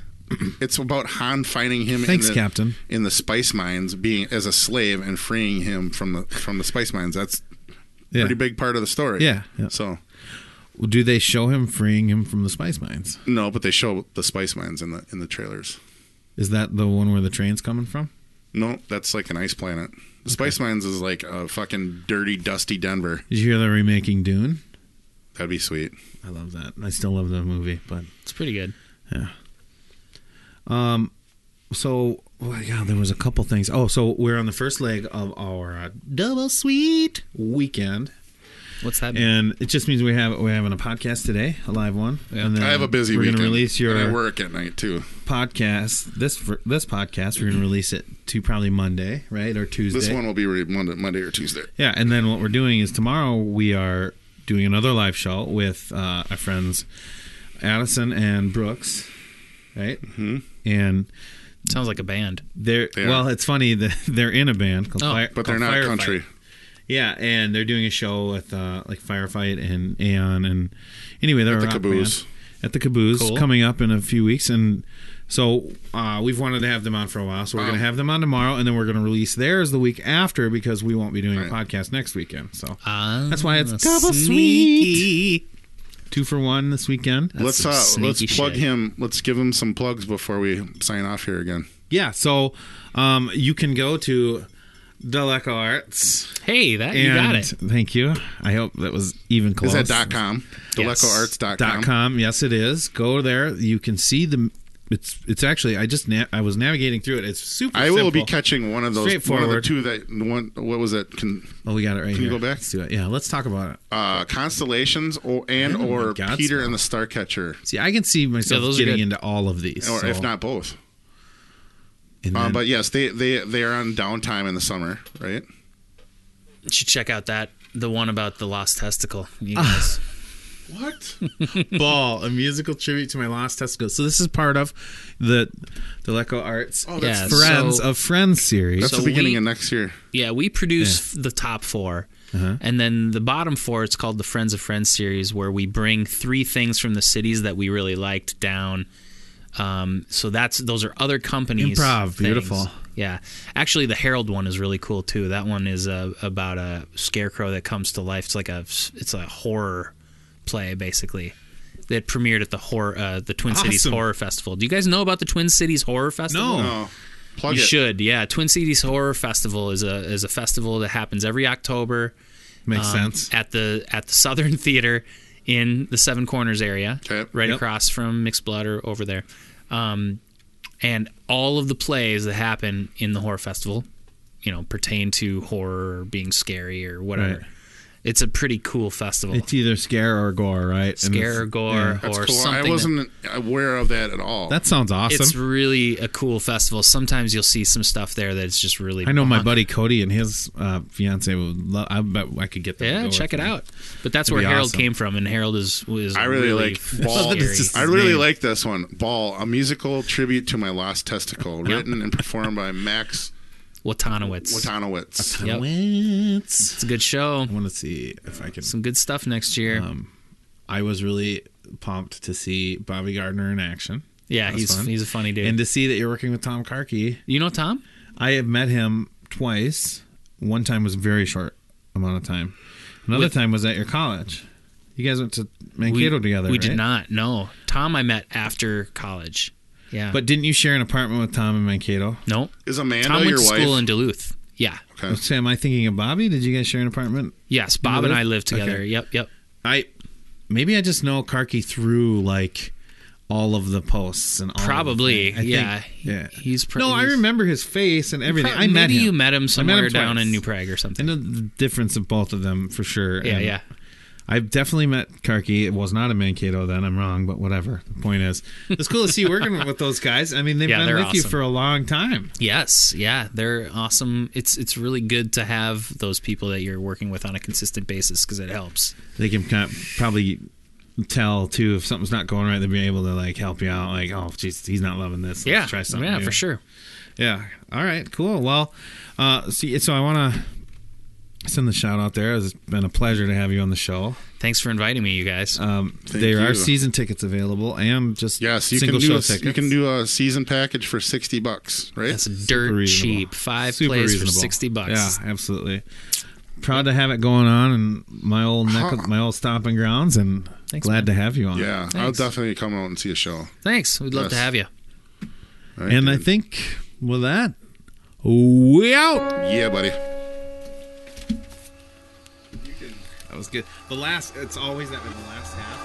It's about Han finding him. Thanks, in the, Captain. In the spice mines, being as a slave and freeing him from the from the spice mines. That's Yeah. pretty big part of the story. Yeah, yeah. So Well, Do they show him freeing him from the spice mines? no, but they show the spice mines in the in the trailers. Is that the one where the train's coming from? No, that's like an ice planet. The spice mines is like a fucking dirty, dusty Denver. Did you hear they're remaking Dune? That'd be sweet. I love that. I still love the movie, but It's pretty good. so oh my god, there was a couple things. Oh, so we're on the first leg of our uh, double sweet weekend, What's that? mean? and it just means we have we're having a podcast today, a live one. Yeah. And then I have a busy We're weekend. gonna release your and I work at night too. podcast this fir- this podcast. We're gonna release it to probably Monday, right, or Tuesday. This one will be re- Monday, Monday or Tuesday. Yeah, and then what we're doing is tomorrow we are doing another live show with uh, our friends Addison and Brooks, right? Mm-hmm. And Sounds like a band. they're They are. well, it's funny that [laughs] they're in a band called Oh, Fire, But they're called not Firefight. country. Yeah, and they're doing a show with uh, like Firefight and Aeon, and anyway, they're At a the rock Caboose. band at the Caboose Cool. coming up in a few weeks, and so uh, we've wanted to have them on for a while, so we're Wow. going to have them on tomorrow, and then we're going to release theirs the week after because we won't be doing Right. a podcast next weekend. So Ah, that's why it's double sneaky. sweet. Two for one this weekend. Let's some uh, let's sneaky plug shit. him. Let's give him some plugs before we sign off here again. Yeah, so um, you can go to Deleco Arts. Hey, that And you got it. Thank you. I hope that was even close. Is that dot com? Yes. DelecoArts.com. dot com. Yes, it is. Go there. You can see the. It's it's actually I just na- I was navigating through it. It's super. I will be simple. catching one of those. One of the Straightforward. two that one. What was it? Con, Oh, we got it right Can you here. go back? Let's do it. Yeah, let's talk about it. uh, constellations or and Oh my or God, Peter Scott. and the Star Catcher, See, I can see myself Yeah, those are getting good. into all of these, or so- if not both. and Uh, then- but yes, they they they are on downtime in the summer, right? Should check out that the one about the lost testicle. [laughs] You guys. What? Ball, a musical tribute to my lost testicles. So this is part of the Deleco Arts Oh, yeah, that's Friends so- of Friends series. That's So the beginning we- of next year. Yeah, we produce f the top 4 Uh-huh. and then the bottom four. It's called the Friends of Friends series, where we bring three things from the cities that we really liked down. Um, so that's those are other companies. Improv, beautiful. Yeah, actually, the Herald one is really cool too. That one is uh, about a scarecrow that comes to life. It's like a it's a horror play basically. That premiered at the horror, uh, the Twin Cities Awesome. Horror Festival. Do you guys know about the Twin Cities Horror Festival? No. Oh, plug You it. should, yeah. Twin Cities Horror Festival is a is a festival that happens every October Makes um, sense. at the at the Southern [laughs] Theater in the Seven Corners area, Okay. right Yep. across from Mixed Blood or over there. Um, and all of the plays that happen in the horror festival, you know, pertain to horror or being scary or whatever. Right. It's a pretty cool festival. It's either scare or gore, right? And it's- scare or gore yeah. That's or cool. something. I that- wasn't aware of that at all. That sounds awesome. it's really a cool festival. Sometimes you'll see some stuff there that's just really. I know my bonkers. buddy Cody and his uh, fiance would love. I bet I could get them. to Yeah, go check with it me. out. But that's That'd where be Harold awesome. came from, and Harold is was I really, like [laughs] Ball. scary. I really name. like this one. Ball, a musical tribute to my lost testicle, written and performed by Max Watanowitz. Watanowitz. Yep. Wits. It's a good show. I want to see if I can. Some good stuff next year. Um, I was really pumped to see Bobby Gardner in action. yeah, That's he's fun. he's a funny dude. And to see that you're working with Tom Karki, you know Tom? I have met him twice One time was a very short amount of time. Another With- time was at your college. You guys went to Mankato together. We right? did not. No, Tom, I met after college. Yeah, But didn't you share an apartment with Tom in Mankato? no, Is Amanda Tom went your to wife? school in Duluth. Yeah, Okay. Say, am I thinking of Bobby? Did you guys share an apartment? yes, Bob and Duluth? I lived together. Okay. Yep, yep. I maybe I just know Karki through like all of the posts and all of the Probably, thing. I think- yeah. yeah. He's pro- no, I he's- remember his face and everything. I Maybe met him. you met him somewhere down twice. in New Prague or I something. know the difference of both of them for sure. yeah, and yeah. I've definitely met Karki. It was not a Mankato then. I'm wrong, but whatever. The point is, it's cool to see you working [laughs] with those guys. I mean, they've Yeah, been they're with you awesome. for a long time. Yes, yeah, they're awesome. It's it's really good to have those people that you're working with on a consistent basis because it helps. They can kind of probably tell too if something's not going right. They'll be able to like help you out. Like, oh, jeez, he's not loving this. Let's Yeah, try something. yeah, new. for sure. Yeah. All right. Cool. Well, uh, see, so I want to send the shout out there. It's been a pleasure to have you on the show. Thanks for inviting me, you guys. Um, Thank there are you. season tickets available and just Yes, you single can do show a, tickets. you can do a season package for sixty bucks, right? That's dirt reasonable. cheap. Five Super plays for reasonable. sixty bucks. Yeah, absolutely. Proud to have it going on in my old neck, Huh. my old stomping grounds, and Thanks, glad to have you on. yeah, I'll Thanks. definitely come out and see a show. Thanks. We'd love to Yes. have you. All right, And I dude. think with that, we out. yeah, buddy. That was good. The last, it's always that the last half.